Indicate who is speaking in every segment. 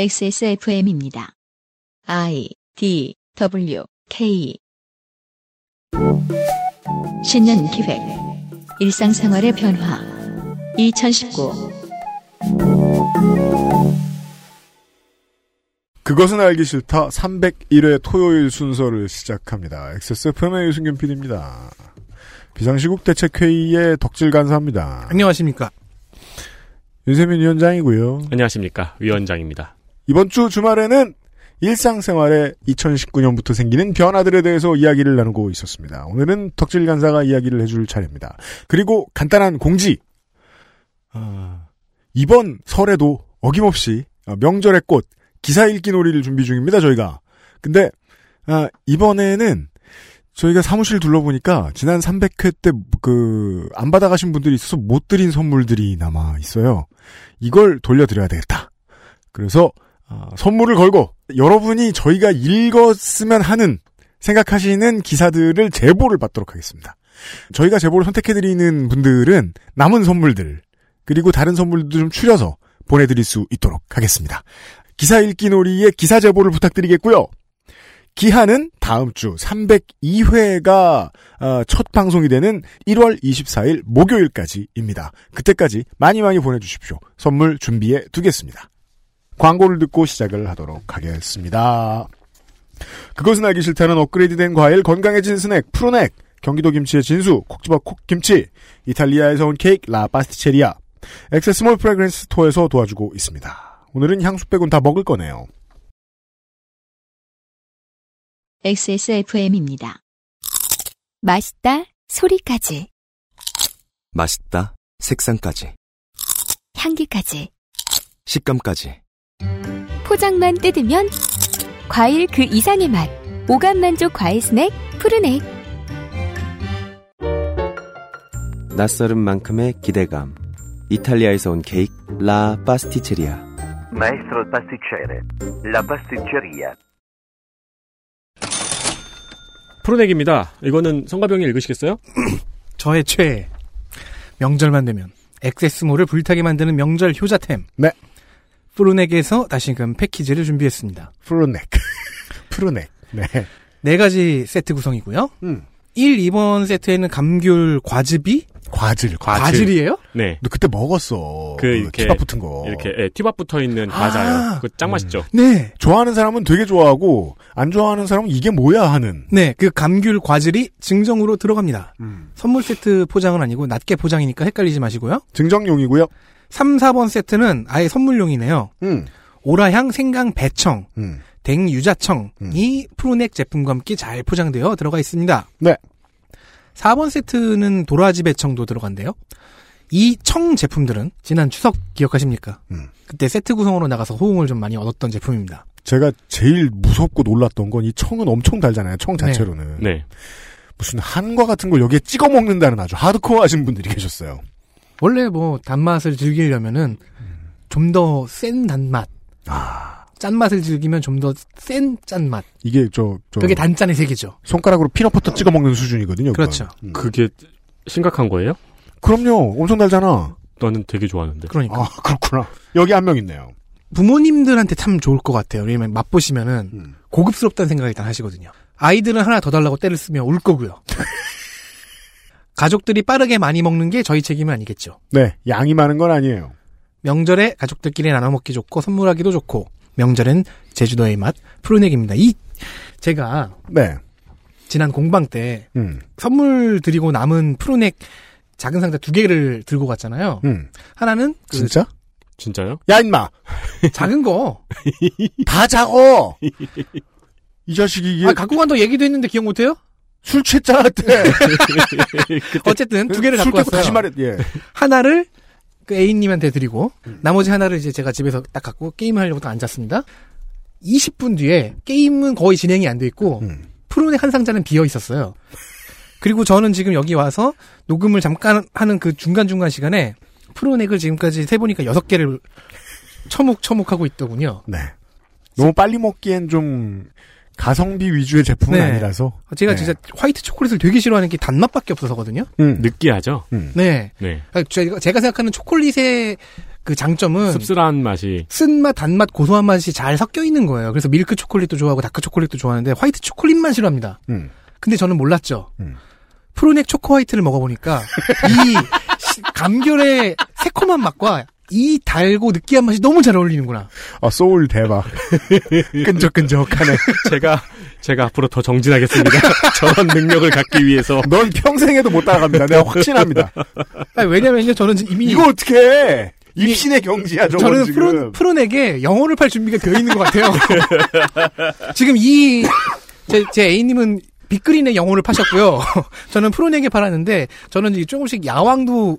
Speaker 1: XSFM입니다. I D W K 신년 기획 일상생활의 변화 2019
Speaker 2: 그것은 알기 싫다 301회 토요일 순서를 시작합니다. XSFM의 유승균 PD입니다. 비상시국 대책회의의 덕질 간사입니다.
Speaker 3: 안녕하십니까.
Speaker 2: 윤세민 위원장이고요.
Speaker 4: 안녕하십니까 위원장입니다.
Speaker 2: 이번 주 주말에는 일상생활에 2019년부터 생기는 변화들에 대해서 이야기를 나누고 있었습니다. 오늘은 덕질 간사가 이야기를 해줄 차례입니다. 그리고 간단한 공지. 아, 이번 설에도 어김없이 아, 명절의 꽃 기사 읽기 놀이를 준비 중입니다. 저희가. 근데 아, 이번에는 저희가 사무실 둘러보니까 지난 300회 때 그 안 받아가신 분들이 있어서 못 드린 선물들이 남아 있어요. 이걸 돌려드려야 되겠다. 그래서 아, 선물을 걸고 여러분이 저희가 읽었으면 하는 생각하시는 기사들을 제보를 받도록 하겠습니다. 저희가 제보를 선택해드리는 분들은 남은 선물들 그리고 다른 선물도 좀 추려서 보내드릴 수 있도록 하겠습니다. 기사 읽기 놀이의 기사 제보를 부탁드리겠고요. 기한은 다음 주 302회가 어, 첫 방송이 되는 1월 24일 목요일까지입니다. 그때까지 많이 많이 보내주십시오. 선물 준비해 두겠습니다. 광고를 듣고 시작을 하도록 하겠습니다. 그것은 알기 싫다는 업그레이드된 과일 건강해진 스낵 푸르넥 경기도 김치의 진수 콕지밥 콕김치 이탈리아에서 온 케이크 라파스티체리아 액세스몰 프레그랜스 스토어에서 도와주고 있습니다. 오늘은 향수 빼곤 다 먹을 거네요.
Speaker 1: XSFM입니다.
Speaker 5: 맛있다 소리까지
Speaker 6: 맛있다, 색상까지,
Speaker 5: 향기까지
Speaker 6: 식감까지.
Speaker 5: 포장만 뜯으면 과일 그 이상의 맛 오감 만족 과일 스낵 푸르넥
Speaker 6: 낯설은 만큼의 기대감. 이탈리아에서 온 케이크, 라 파스티체리아.
Speaker 7: Maestro il pasticcere. La pasticceria.
Speaker 4: 프로넥입니다. 이거는 성가병이 읽으시겠어요?
Speaker 3: 저의 최애. 명절만 되면 액세스몰을 불타게 만드는 명절 효자템.
Speaker 2: 네.
Speaker 3: 푸르넥에서 다시금 패키지를 준비했습니다.
Speaker 2: 푸르넥 푸르넥 네.
Speaker 3: 네 가지 세트 구성이고요.
Speaker 2: 음.
Speaker 3: 1, 2번 세트에는 감귤 과즙이
Speaker 2: 과질 과질.
Speaker 3: 과즙이에요?
Speaker 4: 네.
Speaker 2: 너 그때 먹었어.
Speaker 4: 그 이렇게-
Speaker 2: 키밥 붙은 거.
Speaker 4: 이렇게 예, 티밥 붙어 있는
Speaker 3: 아.
Speaker 4: 과자요. 그거 짱 맛있죠.
Speaker 3: 네.
Speaker 2: 좋아하는 사람은 되게 좋아하고 안 좋아하는 사람은 이게 뭐야 하는.
Speaker 3: 네, 그 감귤 과즙이 증정으로 들어갑니다.
Speaker 2: 음.
Speaker 3: 선물 세트 포장은 아니고 낮게 포장이니까 헷갈리지 마시고요.
Speaker 2: 증정용이고요.
Speaker 3: 3, 4번 세트는 아예 선물용이네요.
Speaker 2: 음.
Speaker 3: 오라향 생강 배청,
Speaker 2: 음.
Speaker 3: 댕유자청이 프로넥 제품과 함께 잘 포장되어 들어가 있습니다.
Speaker 2: 네.
Speaker 3: 4번 세트는 도라지 배청도 들어간대요. 이 청 제품들은 지난 추석 기억하십니까?
Speaker 2: 음.
Speaker 3: 그때 세트 구성으로 나가서 호응을 좀 많이 얻었던 제품입니다.
Speaker 2: 제가 제일 무섭고 놀랐던 건 이 청은 엄청 달잖아요. 청 자체로는
Speaker 4: 네.
Speaker 2: 무슨 한과 같은 걸 여기에 찍어 먹는다는 아주 하드코어하신 분들이 계셨어요.
Speaker 3: 원래 뭐 단맛을 즐기려면은 좀 더 센 단맛,
Speaker 2: 아.
Speaker 3: 짠맛을 즐기면 좀 더 센 짠맛.
Speaker 2: 이게 저, 저
Speaker 3: 그게 단짠의 세계죠.
Speaker 2: 손가락으로 피넛버터 찍어 먹는 수준이거든요. 그건.
Speaker 3: 그렇죠.
Speaker 2: 음. 그,
Speaker 4: 그게 심각한 거예요?
Speaker 2: 그럼요. 엄청 달잖아.
Speaker 4: 나는 되게 좋아하는데.
Speaker 3: 그러니까
Speaker 2: 아 그렇구나. 여기 한 명 있네요.
Speaker 3: 부모님들한테 참 좋을 것 같아요. 왜냐면 맛보시면은
Speaker 2: 음.
Speaker 3: 고급스럽다는 생각이 일단 하시거든요. 아이들은 하나 더 달라고 때를 쓰면 울 거고요. 가족들이 빠르게 많이 먹는 게 저희 책임은 아니겠죠.
Speaker 2: 네, 양이 많은 건 아니에요.
Speaker 3: 명절에 가족들끼리 나눠 먹기 좋고 선물하기도 좋고 명절엔 제주도의 맛 푸르넥입니다. 이 제가
Speaker 2: 네,
Speaker 3: 지난 공방 때
Speaker 2: 음,
Speaker 3: 선물 드리고 남은 푸르넥 작은 상자 두 개를 들고 갔잖아요.
Speaker 2: 음,
Speaker 3: 하나는 그
Speaker 2: 진짜?
Speaker 4: 진짜요?
Speaker 2: 야 인마,
Speaker 3: 작은 거.
Speaker 2: 다 작어. 이 자식이 이게
Speaker 3: 아, 갖고 간다고 얘기도 했는데 기억 못해요?
Speaker 2: 술 취했잖아 그때.
Speaker 3: 어쨌든 두 개를
Speaker 2: 술
Speaker 3: 네, 갖고
Speaker 2: 깨고
Speaker 3: 왔어요.
Speaker 2: 다시 말해. 예.
Speaker 3: 하나를 그 애인님한테 드리고 나머지 하나를 이제 제가 집에서 딱 갖고 게임을 하려고 딱 앉았습니다. 20분 뒤에 게임은 거의 진행이 안 돼 있고
Speaker 2: 음.
Speaker 3: 프로넥 한 상자는 비어 있었어요. 그리고 저는 지금 여기 와서 녹음을 잠깐 하는 그 중간중간 시간에 프로넥을 지금까지 세보니까 6개를 처묵처묵하고 있더군요.
Speaker 2: 네. 너무 빨리 먹기엔 좀 가성비 위주의 제품은
Speaker 3: 네.
Speaker 2: 아니라서.
Speaker 3: 제가
Speaker 2: 네.
Speaker 3: 진짜 화이트 초콜릿을 되게 싫어하는 게 단맛밖에 없어서거든요.
Speaker 2: 음.
Speaker 4: 느끼하죠.
Speaker 3: 네.
Speaker 4: 네.
Speaker 3: 그러니까 제가, 제가 생각하는 초콜릿의 그
Speaker 2: 음.
Speaker 3: 장점은
Speaker 4: 씁쓸한 맛이
Speaker 3: 쓴맛, 단맛, 고소한 맛이 잘 섞여 있는 거예요. 그래서 밀크 초콜릿도 좋아하고 다크 초콜릿도 좋아하는데 화이트 초콜릿만 싫어합니다.
Speaker 2: 음.
Speaker 3: 근데 저는 몰랐죠.
Speaker 2: 음.
Speaker 3: 프로넥 초코 화이트를 먹어보니까 이 시- 감귤의 새콤한 맛과 이 달고 느끼한 맛이 너무 잘 어울리는구나.
Speaker 2: 아, 소울 대박. 끈적끈적하네.
Speaker 4: 제가 제가 앞으로 더 정진하겠습니다. 저런 능력을 갖기 위해서
Speaker 2: 넌 평생에도 못 따라갑니다. 내가 확신합니다.
Speaker 3: 아니, 왜냐면요, 저는 지금 이미
Speaker 2: 이거 어떻게 해? 입신의 경지야, 저건
Speaker 3: 저는
Speaker 2: 지금.
Speaker 3: 프로, 프론에게 영어를 팔 준비가 되어 있는 것 같아요. 지금 이, 제, 제 A님은 빅그린의 영어를 파셨고요. 저는 프론에게 팔았는데, 저는 이제 조금씩 야왕도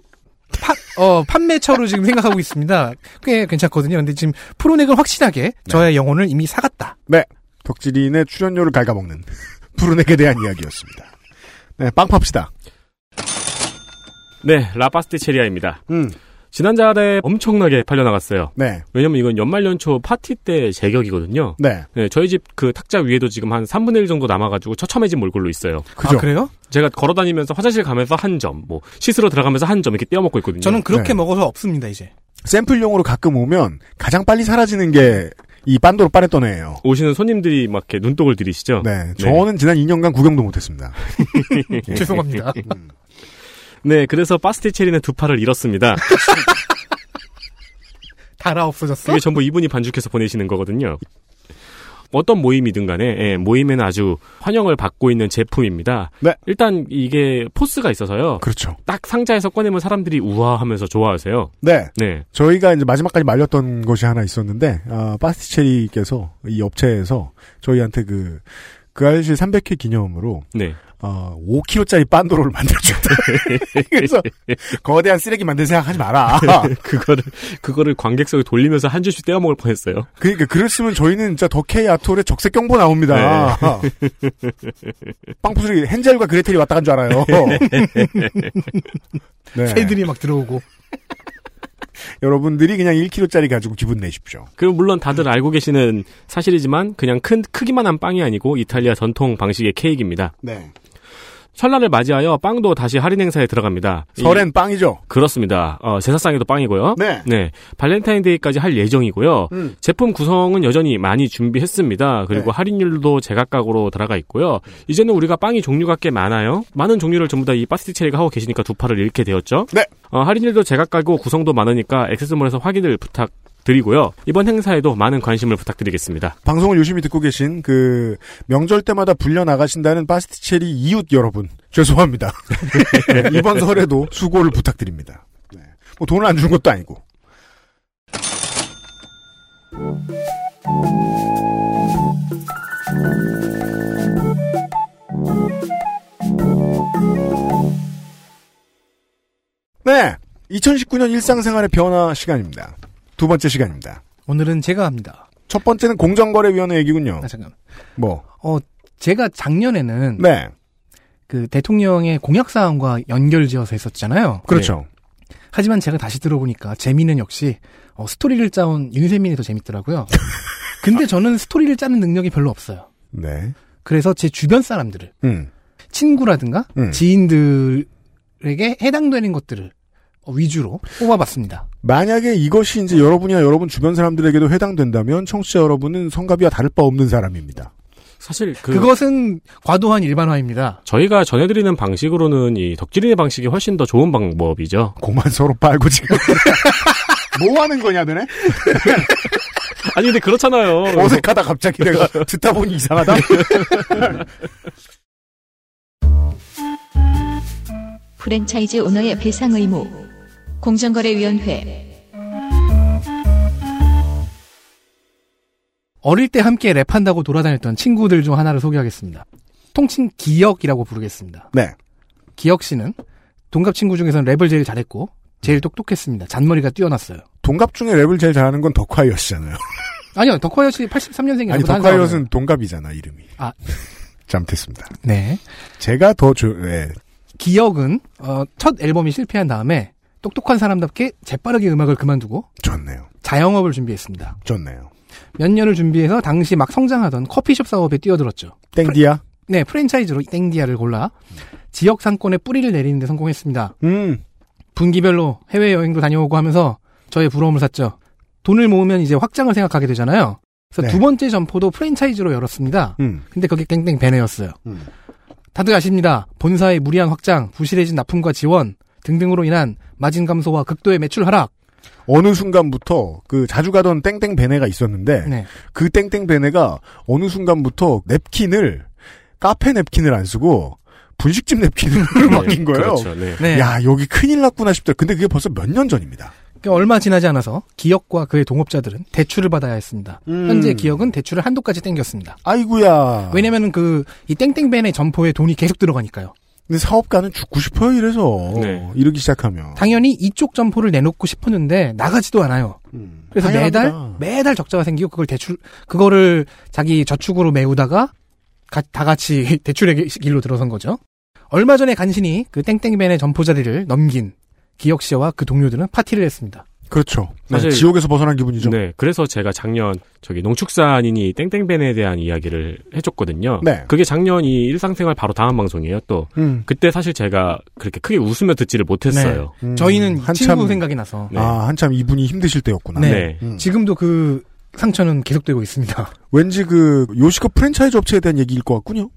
Speaker 3: 파, 어, 판매처로 지금 생각하고 있습니다. 꽤 괜찮거든요. 근데 지금 프론액은 확실하게 저의 영혼을 이미 사갔다. 아,
Speaker 2: 네. 덕질인의 출연료를 갉아먹는 푸른에게 대한 이야기였습니다. 네, 빵 팝시다.
Speaker 4: 네 라파스티체리아입니다.
Speaker 2: 음.
Speaker 4: 지난달에 엄청나게 팔려나갔어요.
Speaker 2: 네.
Speaker 4: 왜냐면 이건 연말 연초 파티 때 제격이거든요.
Speaker 2: 네.
Speaker 4: 네, 저희 집 그 탁자 위에도 지금 한 3분의 1 정도 남아가지고 처참해진 몰골로 있어요.
Speaker 2: 그죠.
Speaker 3: 아, 그래요?
Speaker 4: 제가 걸어다니면서 화장실 가면서 한 점, 뭐 씻으러 들어가면서 한 점 이렇게 떼어먹고 있거든요.
Speaker 3: 저는 그렇게
Speaker 2: 네.
Speaker 3: 먹어서 없습니다, 이제.
Speaker 2: 샘플용으로 가끔 오면 가장 빨리 사라지는 게 이 빤도로 빠랬던 애예요.
Speaker 4: 오시는 손님들이 막 이렇게 눈독을 들이시죠.
Speaker 2: 네. 저는 지난 2년간 구경도 못했습니다. 예.
Speaker 3: 죄송합니다.
Speaker 4: 네, 그래서 파스티체리는 두 팔을 잃었습니다.
Speaker 3: 달아 없어졌어?
Speaker 4: 그게 전부 이분이 반죽해서 보내시는 거거든요. 어떤 모임이든 간에 예, 모임에는 아주 환영을 받고 있는 제품입니다.
Speaker 2: 네.
Speaker 4: 일단 이게 포스가 있어서요.
Speaker 2: 그렇죠.
Speaker 4: 딱 상자에서 꺼내면 사람들이 우아하면서 좋아하세요.
Speaker 2: 네.
Speaker 4: 네.
Speaker 2: 저희가 이제 마지막까지 말렸던 것이 하나 있었는데, 아, 파스티체리께서 이 업체에서 저희한테 그, 그 아저씨 300회 기념으로,
Speaker 4: 네.
Speaker 2: 어, 5kg짜리 빤도로를 만들어줬다. 그래서, 거대한 쓰레기 만들 생각하지 마라.
Speaker 4: 그거를 그거를 관객석에 돌리면서 한 줄씩 떼어 먹을 뻔했어요.
Speaker 2: 그러니까, 그랬으면 저희는 진짜 더케이 아톨의 적색 경보 나옵니다. 빵푸스리 헨젤과 그레텔이 왔다 간 줄 알아요. 네.
Speaker 3: 새들이 막 들어오고.
Speaker 2: 여러분들이 그냥 1kg짜리 가지고 기분 내십시오.
Speaker 4: 그리고 물론 다들 알고 계시는 사실이지만 그냥 큰 크기만 한 빵이 아니고 이탈리아 전통 방식의 케이크입니다.
Speaker 2: 네.
Speaker 4: 설날을 맞이하여 빵도 다시 할인 행사에 들어갑니다. 이-
Speaker 2: 설엔 빵이죠.
Speaker 4: 그렇습니다. 어, 제사상에도 빵이고요.
Speaker 2: 네.
Speaker 4: 네. 발렌타인데이까지 할 예정이고요.
Speaker 2: 음.
Speaker 4: 제품 구성은 여전히 많이 준비했습니다. 그리고
Speaker 2: 네.
Speaker 4: 할인율도 제각각으로 들어가 있고요. 이제는 우리가 빵이 종류가 꽤 많아요. 많은 종류를 전부 다 이 파스티체리가 하고 계시니까 두 팔을 잃게 되었죠.
Speaker 2: 네.
Speaker 4: 어, 할인율도 제각각이고 구성도 많으니까 액세스몰에서 확인을 부탁드리고요. 이번 행사에도 많은 관심을 부탁드리겠습니다.
Speaker 2: 방송을 유심히 듣고 계신 그 명절 때마다 불려 나가신다는 파스티체리 이웃 여러분 죄송합니다. 이번 설에도 수고를 부탁드립니다. 네. 뭐 돈을 안 주는 것도 아니고. 네, 2019년 일상생활의 변화 시간입니다. 두 번째 시간입니다.
Speaker 3: 오늘은 제가 합니다.
Speaker 2: 첫 번째는 공정거래위원회 얘기군요.
Speaker 3: 아, 잠깐.
Speaker 2: 뭐.
Speaker 3: 어, 제가 작년에는
Speaker 2: 네.
Speaker 3: 그 대통령의 공약 사항과 연결지어서 했었잖아요. 네.
Speaker 2: 그렇죠.
Speaker 3: 하지만 제가 다시 들어보니까 재미는 역시 어, 스토리를 짜온 윤세민이 더 재밌더라고요. 근데 저는 스토리를 짜는 능력이 별로 없어요.
Speaker 2: 네.
Speaker 3: 그래서 제 주변 사람들을
Speaker 2: 음.
Speaker 3: 친구라든가
Speaker 2: 음.
Speaker 3: 지인들에게 해당되는 것들을 어, 위주로 뽑아봤습니다.
Speaker 2: 만약에 이것이 이제 여러분이나 여러분 주변 사람들에게도 해당된다면 청취자 여러분은 성가비와 다를 바 없는 사람입니다.
Speaker 4: 사실 그
Speaker 3: 그... 것은 과도한 일반화입니다.
Speaker 4: 저희가 전해드리는 방식으로는 이 덕질인의 방식이 훨씬 더 좋은 방법이죠.
Speaker 2: 고만 서로 빨고 지금. 뭐 하는 거냐, 너네?
Speaker 4: 아니 근데 그렇잖아요.
Speaker 2: 어색하다, 갑자기 내가 듣다 보니 이상하다?
Speaker 1: 프랜차이즈 오너의 배상 의무. 공정거래위원회.
Speaker 3: 어릴 때 함께 랩한다고 돌아다녔던 친구들 중 하나를 소개하겠습니다. 통칭 기역이라고 부르겠습니다.
Speaker 2: 네.
Speaker 3: 기혁 씨는 동갑 친구 중에서는 랩을 제일 잘했고
Speaker 2: 음.
Speaker 3: 제일 똑똑했습니다. 잔머리가 뛰어났어요.
Speaker 2: 동갑 중에 랩을 제일 잘하는 건 덕화이엇이잖아요.
Speaker 3: 아니요, 덕화여 씨 83년생이
Speaker 2: 아니,
Speaker 3: 아니고
Speaker 2: 덕화이엇은 동갑이잖아, 이름이.
Speaker 3: 그러니까 아.
Speaker 2: 잘못했습니다.
Speaker 3: 네.
Speaker 2: 제가 더 조, 예.
Speaker 3: 기혁은 어, 첫 앨범이 실패한 다음에 똑똑한 사람답게 재빠르게 음악을 그만두고
Speaker 2: 좋네요.
Speaker 3: 자영업을 준비했습니다.
Speaker 2: 좋네요.
Speaker 3: 몇 년을 준비해서 당시 막 성장하던 커피숍 사업에 뛰어들었죠.
Speaker 2: 땡디야?
Speaker 3: 네, 프랜차이즈로 땡디아를 골라 지역 상권에 뿌리를 내리는 데 성공했습니다.
Speaker 2: 음.
Speaker 3: 분기별로 해외 여행도 다녀오고 하면서 저의 부러움을 샀죠. 돈을 모으면 이제 확장을 생각하게 되잖아요. 그래서
Speaker 2: 네.
Speaker 3: 두 번째 점포도 프랜차이즈로 열었습니다.
Speaker 2: 음.
Speaker 3: 근데 그게 깽땡 베네였어요.
Speaker 2: 음.
Speaker 3: 다들 아십니다. 본사의 무리한 확장, 부실해진 납품과 지원 등등으로 인한 마진 감소와 극도의 매출 하락.
Speaker 2: 어느 순간부터 그 자주 가던 땡땡 베네가 있었는데
Speaker 3: 네.
Speaker 2: 그 땡땡 베네가 어느 순간부터 냅킨을 카페 냅킨을 안 쓰고 분식집 냅킨으로 바뀐 거예요.
Speaker 4: 그렇죠. 네.
Speaker 3: 네.
Speaker 2: 야 여기 큰일 났구나 싶다. 근데 그게 벌써 몇 년 전입니다.
Speaker 3: 그러니까 얼마 지나지 않아서 기업과 그의 동업자들은 대출을 받아야 했습니다.
Speaker 2: 음.
Speaker 3: 현재 기업은 대출을 한도까지 땡겼습니다.
Speaker 2: 아이구야.
Speaker 3: 왜냐면은 그 이 땡땡벤의 점포에 돈이 계속 들어가니까요.
Speaker 2: 근데 사업가는 죽고 싶어요 이래서
Speaker 4: 네.
Speaker 2: 이러기 시작하면.
Speaker 3: 당연히 이쪽 점포를 내놓고 싶었는데 나가지도 않아요.
Speaker 2: 음,
Speaker 3: 그래서
Speaker 2: 당연합니다.
Speaker 3: 매달 매달 적자가 생기고 그걸 대출 그거를 자기 저축으로 메우다가 가- 다 같이 대출의 길로 들어선 거죠. 얼마 전에 간신히 그 땡땡벤의 점포 자리를 넘긴 기혁 씨와 그 동료들은 파티를 했습니다.
Speaker 2: 그렇죠. 네,
Speaker 4: 사실-
Speaker 2: 지옥에서 벗어난 기분이죠.
Speaker 4: 네, 그래서 제가 작년 저기 농축산인이 땡땡벤에 대한 이야기를 해줬거든요.
Speaker 2: 네.
Speaker 4: 그게 작년 이 일상생활 바로 다음 방송이에요. 또
Speaker 2: 음.
Speaker 4: 그때 사실 제가 그렇게 크게 웃으며 듣지를 못했어요.
Speaker 2: 음,
Speaker 3: 저희는 이
Speaker 2: 한참-
Speaker 3: 친구 생각이 나서
Speaker 4: 네.
Speaker 2: 아 한참 이분이 힘드실 때였구나.
Speaker 3: 네.
Speaker 2: 음.
Speaker 3: 지금도 그 상처는 계속되고 있습니다.
Speaker 2: 왠지 그 요식업 프랜차이즈 업체에 대한 얘기일 것 같군요.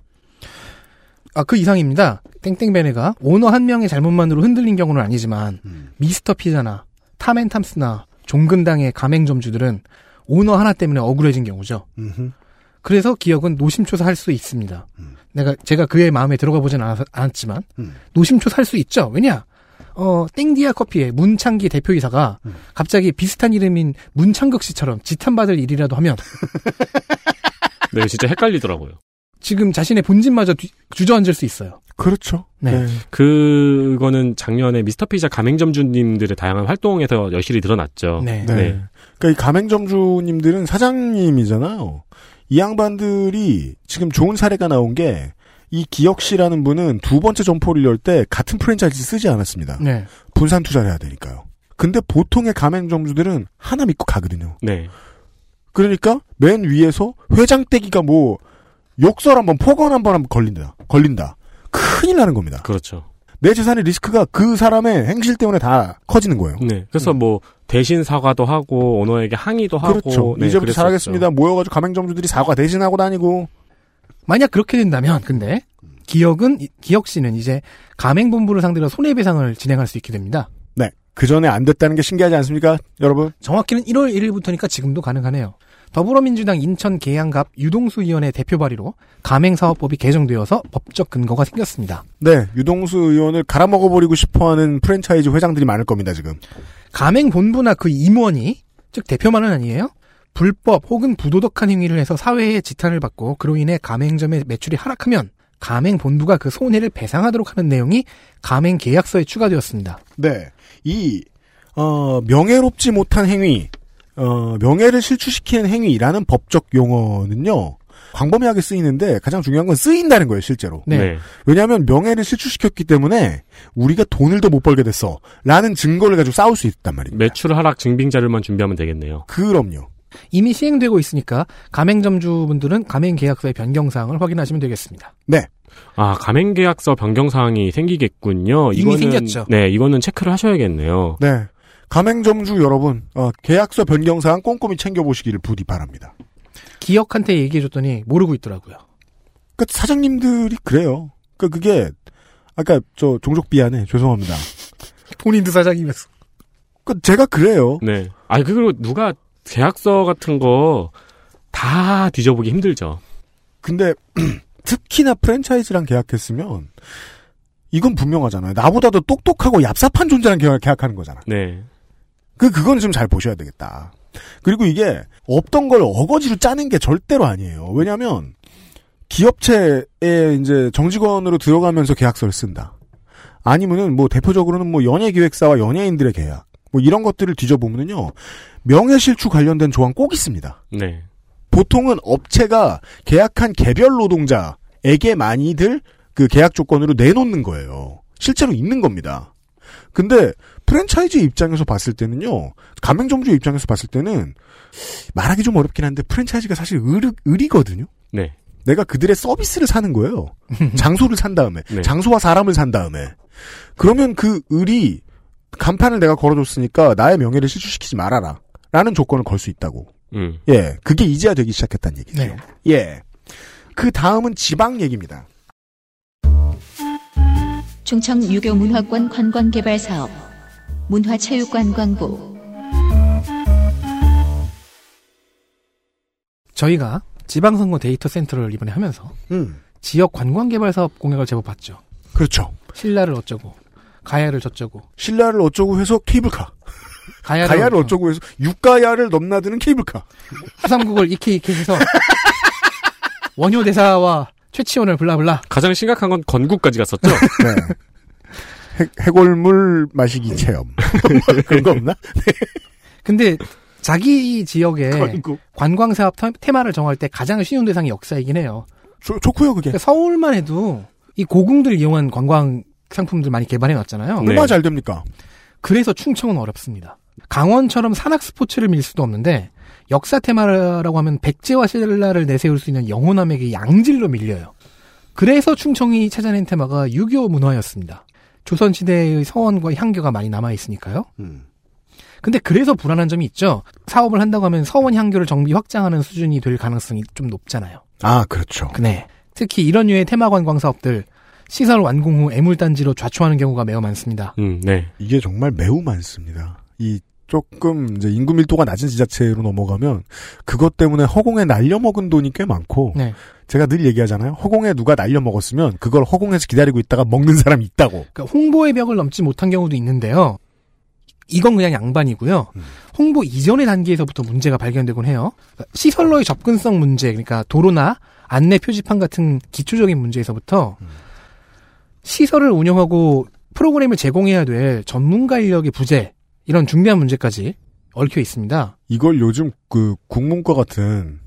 Speaker 3: 아 그 이상입니다. 땡땡베네가 오너 한 명의 잘못만으로 흔들린 경우는 아니지만
Speaker 2: 음.
Speaker 3: 미스터 피자나 탐앤탐스나 종근당의 가맹점주들은 오너 하나 때문에 억울해진 경우죠.
Speaker 2: 음흠.
Speaker 3: 그래서 기억은 노심초사할 수 있습니다. 내가 제가 그의 마음에 들어가 보진 않아서- 않았지만
Speaker 2: 음.
Speaker 3: 노심초사할 수 있죠. 왜냐? 어, 땡디아 커피의 문창기 대표이사가
Speaker 2: 음.
Speaker 3: 갑자기 비슷한 이름인 문창극 씨처럼 지탄받을 일이라도 하면
Speaker 4: 네, 진짜 헷갈리더라고요.
Speaker 3: 지금 자신의 본진마저 뒤- 주저앉을 수 있어요.
Speaker 2: 그렇죠.
Speaker 3: 네.
Speaker 4: 그거는 작년에 미스터 피자 가맹점주님들의 다양한 활동에서 여실히 드러났죠.
Speaker 3: 네.
Speaker 2: 네.
Speaker 4: 네.
Speaker 2: 그러니까 이 가맹점주님들은 사장님이잖아요. 이 양반들이 지금 좋은 사례가 나온 게 이 기혁 씨라는 분은 두 번째 점포를 열 때 같은 프랜차이즈 쓰지 않았습니다.
Speaker 3: 네.
Speaker 2: 분산 투자를 해야 되니까요. 근데 보통의 가맹점주들은 하나 믿고 가거든요.
Speaker 4: 네.
Speaker 2: 그러니까 맨 위에서 회장 떼기가 뭐 욕설 한번 폭언 한번 하면 걸린다. 걸린다. 큰일 나는 겁니다.
Speaker 4: 그렇죠.
Speaker 2: 내 재산의 리스크가 그 사람의 행실 때문에 다 커지는 거예요.
Speaker 4: 네. 그래서 뭐 대신 사과도 하고 오너에게 항의도 하고
Speaker 2: 음. 그렇죠.
Speaker 4: 네,
Speaker 2: 이제부터
Speaker 4: 그랬었죠.
Speaker 2: 잘하겠습니다. 모여가지고 가맹점주들이 사과 대신하고 다니고.
Speaker 3: 만약 그렇게 된다면 근데 기억은 이- 기억 씨는 이제 가맹본부를 상대로 손해배상을 진행할 수 있게 됩니다.
Speaker 2: 네. 그 전에 안 됐다는 게 신기하지 않습니까? 여러분.
Speaker 3: 정확히는 1월 1일부터니까 지금도 가능하네요. 더불어민주당 인천 계양갑 유동수 의원의 대표 발의로 가맹사업법이 개정되어서 법적 근거가 생겼습니다.
Speaker 2: 네. 유동수 의원을 갈아먹어버리고 싶어 하는 프랜차이즈 회장들이 많을 겁니다, 지금.
Speaker 3: 가맹본부나 그 임원이 즉 대표만은 아니에요. 불법 혹은 부도덕한 행위를 해서 사회에 지탄을 받고 그로 인해 가맹점의 매출이 하락하면 가맹본부가 그 손해를 배상하도록 하는 내용이 가맹계약서에 추가되었습니다.
Speaker 2: 네. 이, 어, 명예롭지 못한 행위, 어, 명예를 실추시키는 행위라는 법적 용어는요, 광범위하게 쓰이는데 가장 중요한 건 쓰인다는 거예요, 실제로.
Speaker 3: 네.
Speaker 4: 네.
Speaker 2: 왜냐하면 명예를 실추시켰기 때문에 우리가 돈을 더 못 벌게 됐어. 라는 증거를 가지고 싸울 수 있단 말입니다.
Speaker 4: 매출 하락 증빙 자료만 준비하면 되겠네요.
Speaker 2: 그럼요.
Speaker 3: 이미 시행되고 있으니까 가맹점주분들은 가맹계약서의 변경사항을 확인하시면 되겠습니다.
Speaker 2: 네.
Speaker 4: 아, 가맹 계약서 변경 사항이 생기겠군요.
Speaker 3: 이미
Speaker 4: 이거는-
Speaker 3: 생겼죠.
Speaker 4: 네, 이거는 체크를 하셔야겠네요.
Speaker 2: 네. 가맹점주 여러분, 어, 계약서 변경사항 꼼꼼히 챙겨보시기를 부디 바랍니다.
Speaker 3: 기억한테 얘기해줬더니 모르고 있더라고요.
Speaker 2: 그 사장님들이 그래요. 그 그게 아까 저 종족 비하네 죄송합니다.
Speaker 3: 본인도 사장이면서.
Speaker 2: 그 제가 그래요.
Speaker 4: 네. 아니 그리고 누가 계약서 같은 거 다 뒤져보기 힘들죠.
Speaker 2: 근데 특히나 프랜차이즈랑 계약했으면 이건 분명하잖아요. 나보다도 똑똑하고 얍삽한 존재랑 계약- 계약하는 거잖아.
Speaker 4: 네.
Speaker 2: 그 그건 좀 잘 보셔야 되겠다. 그리고 이게 없던 걸 어거지로 짜는 게 절대로 아니에요. 왜냐하면 기업체에 이제 정직원으로 들어가면서 계약서를 쓴다. 아니면은 뭐 대표적으로는 뭐 연예기획사와 연예인들의 계약 뭐 이런 것들을 뒤져보면은요 명예실추 관련된 조항 꼭 있습니다.
Speaker 4: 네.
Speaker 2: 보통은 업체가 계약한 개별 노동자에게 많이들 그 계약 조건으로 내놓는 거예요. 실제로 있는 겁니다. 근데 프랜차이즈 입장에서 봤을 때는요, 가맹점주 입장에서 봤을 때는 말하기 좀 어렵긴 한데 프랜차이즈가 사실 을, 을이거든요.
Speaker 4: 네.
Speaker 2: 내가 그들의 서비스를 사는 거예요. 장소를 산 다음에,
Speaker 4: 네.
Speaker 2: 장소와 사람을 산 다음에. 그러면 그 을이 간판을 내가 걸어줬으니까 나의 명예를 실추시키지 말아라. 라는 조건을 걸 수 있다고.
Speaker 4: 음.
Speaker 2: 예, 그게 이제야 되기 시작했다는 얘기죠.
Speaker 3: 네.
Speaker 2: 예. 그 다음은 지방 얘기입니다.
Speaker 1: 충청 유교문화권 관광개발사업 문화체육관 광부
Speaker 3: 저희가 지방선거 데이터 센터를 이번에 하면서
Speaker 2: 음,
Speaker 3: 지역 관광개발 사업 공약을 제법 봤죠.
Speaker 2: 그렇죠.
Speaker 3: 신라를 어쩌고, 가야를 저쩌고,
Speaker 2: 신라를 어쩌고 해서 케이블카,
Speaker 3: 가야를,
Speaker 2: 가야를 어쩌고 해서 육가야를 넘나드는 케이블카.
Speaker 3: 후삼국을 이케 이케 해서 원효 대사와 최치원을 블라블라.
Speaker 4: 가장 심각한 건 건국까지 갔었죠.
Speaker 2: 네. 해, 해골물 마시기 체험. 그런 거 없나?
Speaker 3: 근데 자기 지역의
Speaker 2: 아이고.
Speaker 3: 관광 사업 테- 테마를 정할 때 가장 쉬운 대상이 역사이긴 해요.
Speaker 2: 좋, 좋고요 그게.
Speaker 3: 그러니까 서울만 해도 이 고궁들 이용한 관광 상품들 많이 개발해 놨잖아요.
Speaker 4: 네.
Speaker 2: 얼마나 잘 됩니까?
Speaker 3: 그래서 충청은 어렵습니다. 강원처럼 산악 스포츠를 밀 수도 없는데 역사 테마라고 하면 백제와 신라를 내세울 수 있는 영호남에게 양질로 밀려요. 그래서 충청이 찾아낸 테마가 유교 문화였습니다. 조선시대의 서원과 향교가 많이 남아있으니까요. 근데 그래서 불안한 점이 있죠. 사업을 한다고 하면 서원 향교를 정비 확장하는 수준이 될 가능성이 좀 높잖아요.
Speaker 2: 아 그렇죠.
Speaker 3: 네. 특히 이런 류의 테마 관광 사업들 시설 완공 후 애물단지로 좌초하는 경우가 매우 많습니다.
Speaker 4: 음, 네.
Speaker 2: 이게 정말 매우 많습니다. 이 조금 이제 인구 밀도가 낮은 지자체로 넘어가면 그것 때문에 허공에 날려먹은 돈이 꽤 많고
Speaker 3: 네.
Speaker 2: 제가 늘 얘기하잖아요. 허공에 누가 날려먹었으면 그걸 허공에서 기다리고 있다가 먹는 사람이 있다고.
Speaker 3: 그러니까 홍보의 벽을 넘지 못한 경우도 있는데요. 이건 그냥 양반이고요. 홍보 이전의 단계에서부터 문제가 발견되곤 해요. 그러니까 시설로의 접근성 문제, 그러니까 도로나 안내 표지판 같은 기초적인 문제에서부터 시설을 운영하고 프로그램을 제공해야 될 전문가 인력의 부재, 이런 중대한 문제까지 얽혀 있습니다.
Speaker 2: 이걸 요즘 그 국문과 같은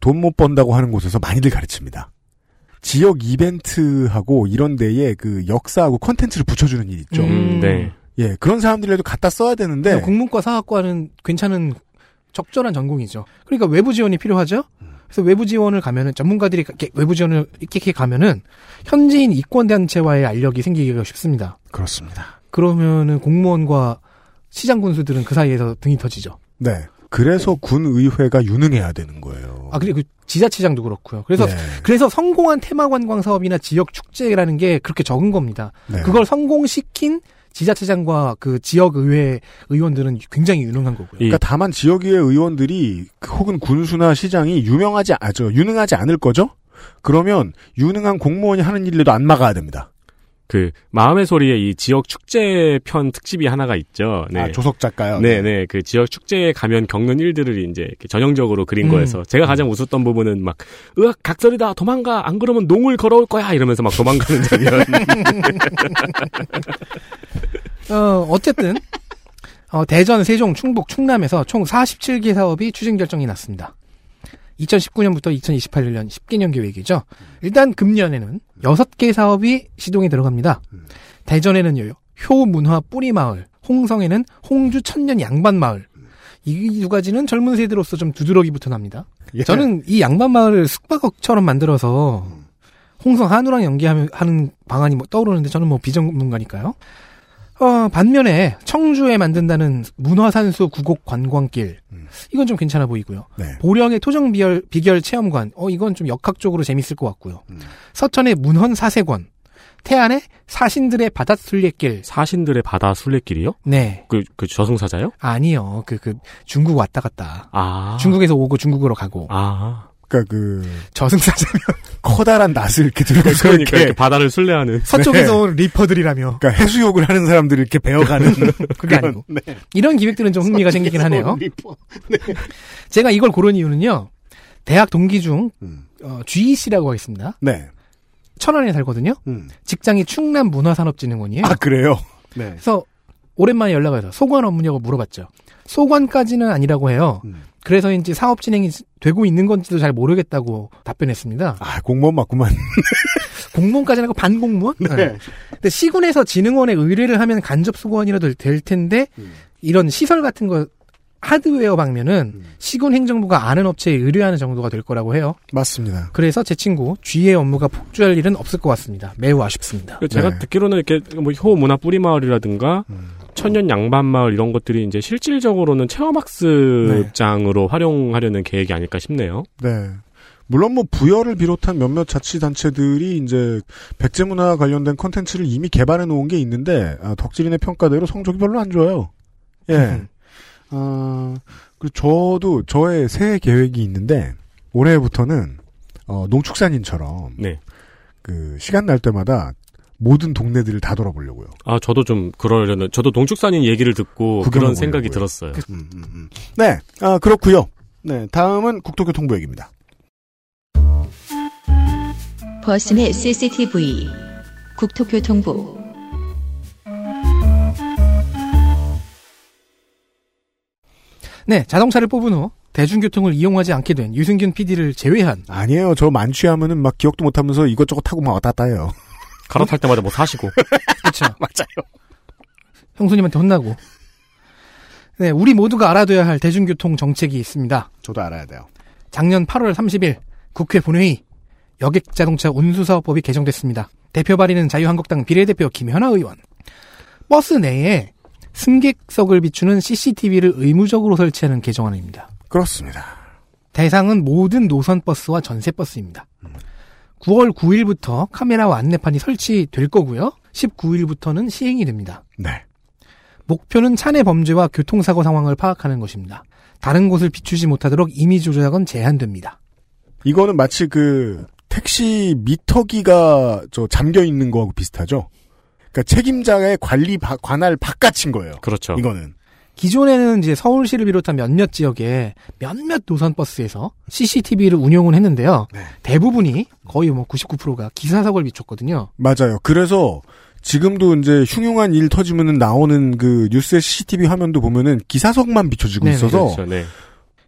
Speaker 2: 돈 못 번다고 하는 곳에서 많이들 가르칩니다. 지역 이벤트하고 이런 데에 그 역사하고 컨텐츠를 붙여주는 일 있죠.
Speaker 4: 음, 네.
Speaker 2: 예, 그런 사람들이라도 갖다 써야 되는데
Speaker 3: 그러니까 국문과 사학과는 괜찮은 적절한 전공이죠. 그러니까 외부 지원이 필요하죠. 그래서 외부 지원을 가면은 전문가들이 이렇게 외부 지원을 이렇게 가면은 현지인 이권 단체와의 알력이 생기기가 쉽습니다.
Speaker 2: 그렇습니다.
Speaker 3: 그러면은 공무원과 시장 군수들은 그 사이에서 등이 터지죠.
Speaker 2: 네, 그래서 군의회가 유능해야 되는 거예요.
Speaker 3: 아 그리고 지자체장도 그렇고요. 그래서
Speaker 2: 네,
Speaker 3: 그래서 성공한 테마 관광 사업이나 지역 축제라는 게 그렇게 적은 겁니다.
Speaker 2: 네.
Speaker 3: 그걸 성공시킨 지자체장과 그 지역 의회 의원들은 굉장히 유능한 거고요.
Speaker 4: 이,
Speaker 2: 그러니까 다만 지역의회 의원들이 그- 혹은 군수나 시장이 유명하지 아죠 유능하지 않을 거죠. 그러면 유능한 공무원이 하는 일이라도 안 막아야 됩니다.
Speaker 4: 그, 마음의 소리에 이 지역 축제 편 특집이 하나가 있죠. 네.
Speaker 2: 아, 조석 작가요.
Speaker 4: 네, 네. 그 지역 축제에 가면 겪는 일들을 이제 이렇게 전형적으로 그린
Speaker 3: 음.
Speaker 4: 거에서 제가 가장 웃었던 부분은 막, 으악, 각설이다, 도망가, 안 그러면 농을 걸어올 거야, 이러면서 막 도망가는 장면.
Speaker 3: 어, 어쨌든 어, 대전, 세종, 충북, 충남에서 총 47개 사업이 추진 결정이 났습니다. 2019년부터 2028년 10개년 계획이죠. 일단 금년에는 6개 사업이 시동에 들어갑니다. 대전에는 요 효문화 뿌리마을, 홍성에는 홍주 천년 양반마을. 이 두 가지는 젊은 세대로서 좀 두드러기부터 납니다.
Speaker 2: 예.
Speaker 3: 저는 이 양반마을을 숙박업처럼 만들어서 홍성 한우랑 연계하는 방안이 뭐 떠오르는데 저는 뭐 비전문가니까요. 어, 반면에 청주에 만든다는 문화산수 구곡 관광길
Speaker 4: 음.
Speaker 3: 이건 좀 괜찮아 보이고요.
Speaker 2: 네.
Speaker 3: 보령의 토정 비결, 비결 체험관 어 이건 좀 역학적으로 재밌을 것 같고요.
Speaker 4: 음.
Speaker 3: 서천의 문헌 사세권 태안의 사신들의 바닷 순례길
Speaker 4: 사신들의 바다 순례길이요?
Speaker 3: 네
Speaker 4: 그, 그 저승사자요?
Speaker 3: 아니요 그 그 중국 왔다 갔다
Speaker 4: 아.
Speaker 3: 중국에서 오고 중국으로 가고
Speaker 4: 아.
Speaker 2: 그러니까 그
Speaker 3: 저승사자면
Speaker 2: 커다란 낫을 이렇게 들고서
Speaker 4: 그러니까
Speaker 2: 이렇게
Speaker 4: 이렇게 바다를 순례하는.
Speaker 3: 서쪽에서
Speaker 2: 네.
Speaker 3: 온 리퍼들이라며
Speaker 2: 그러니까 해수욕을 하는 사람들을 이렇게 배워가는
Speaker 3: 그게 아니고
Speaker 2: 네.
Speaker 3: 이런 기획들은 좀 흥미가 생기긴 하네요. 제가 이걸 고른 이유는요. 대학 동기 중
Speaker 2: 음.
Speaker 3: 어, GEC라고 하겠습니다.
Speaker 2: 네.
Speaker 3: 천안에 살거든요.
Speaker 2: 음.
Speaker 3: 직장이 충남 문화산업진흥원이에요.
Speaker 2: 아 그래요.
Speaker 3: 그래서 오랜만에 연락을 해서 소관 업무냐고 물어봤죠. 소관까지는 아니라고 해요.
Speaker 2: 음.
Speaker 3: 그래서인지 사업 진행이 되고 있는 건지도 잘 모르겠다고 답변했습니다.
Speaker 2: 아 공무원 맞구만.
Speaker 3: 공무원까지는 아니고 반공무원? 네. 근데 시군에서 진흥원에 의뢰를 하면 간접 소관이라도 될 텐데 이런 시설 같은 거 하드웨어 방면은 시군 행정부가 아는 업체에 의뢰하는 정도가 될 거라고 해요.
Speaker 2: 맞습니다.
Speaker 3: 그래서 제 친구 G의 업무가 폭주할 일은 없을 것 같습니다. 매우 아쉽습니다.
Speaker 4: 제가
Speaker 2: 네.
Speaker 4: 듣기로는 이렇게 뭐 효문화 뿌리마을이라든가 천연 양반마을 이런 것들이 이제 실질적으로는 체험학습장으로 활용하려는 계획이 아닐까 싶네요.
Speaker 2: 네. 물론 뭐 부여를 비롯한 몇몇 자치단체들이 이제 백제문화 관련된 컨텐츠를 이미 개발해 놓은 게 있는데 아, 덕질인의 평가대로 성적이 별로 안 좋아요. 예. 아, 그리고 저도 저의 새해 계획이 있는데 올해부터는 어, 농축산인처럼
Speaker 4: 네.
Speaker 2: 그 시간 날 때마다 모든 동네들을 다 돌아보려고요.
Speaker 4: 아, 저도 좀 그러려는, 저도 농축산인 얘기를 듣고
Speaker 2: 구경해
Speaker 4: 그런 생각이
Speaker 2: 보려고요.
Speaker 4: 들었어요.
Speaker 2: 음, 음, 음. 네, 아, 그렇고요. 네, 다음은 국토교통부 얘기입니다.
Speaker 1: 버스 내 CCTV 국토교통부
Speaker 3: 네, 자동차를 뽑은 후 대중교통을 이용하지 않게 된 유승균 PD를 제외한
Speaker 2: 아니에요. 저 만취하면은 막 기억도 못하면서 이것저것 타고 막 왔다 갔다 해요.
Speaker 4: 갈아탈 때마다 뭐 사시고.
Speaker 3: 그렇죠.
Speaker 2: 맞아요.
Speaker 3: 형수님한테 혼나고. 네, 우리 모두가 알아둬야 할 대중교통 정책이 있습니다.
Speaker 2: 저도 알아야 돼요.
Speaker 3: 작년 8월 30일 국회 본회의 여객자동차 운수사업법이 개정됐습니다. 대표 발의는 자유한국당 비례대표 김현아 의원. 버스 내에 승객석을 비추는 CCTV를 의무적으로 설치하는 개정안입니다.
Speaker 2: 그렇습니다.
Speaker 3: 대상은 모든 노선 버스와 전세 버스입니다. 9월 9일부터 카메라와 안내판이 설치될 거고요. 19일부터는 시행이 됩니다.
Speaker 2: 네.
Speaker 3: 목표는 차내 범죄와 교통사고 상황을 파악하는 것입니다. 다른 곳을 비추지 못하도록 이미지 조작은 제한됩니다.
Speaker 2: 이거는 마치 그 택시 미터기가 저 잠겨 있는 거하고 비슷하죠. 그러니까 책임자의 관리 바- 관할 바깥인 거예요.
Speaker 4: 그렇죠.
Speaker 2: 이거는
Speaker 3: 기존에는 이제 서울시를 비롯한 몇몇 지역에 몇몇 노선 버스에서 CCTV를 운영은 했는데요.
Speaker 2: 네.
Speaker 3: 대부분이 거의 뭐 99%가 기사석을 비췄거든요.
Speaker 2: 맞아요. 그래서 지금도 이제 흉흉한 일 터지면은 나오는 그 뉴스의 CCTV 화면도 보면은 기사석만 비춰지고
Speaker 3: 네네,
Speaker 2: 있어서
Speaker 4: 그렇죠, 네.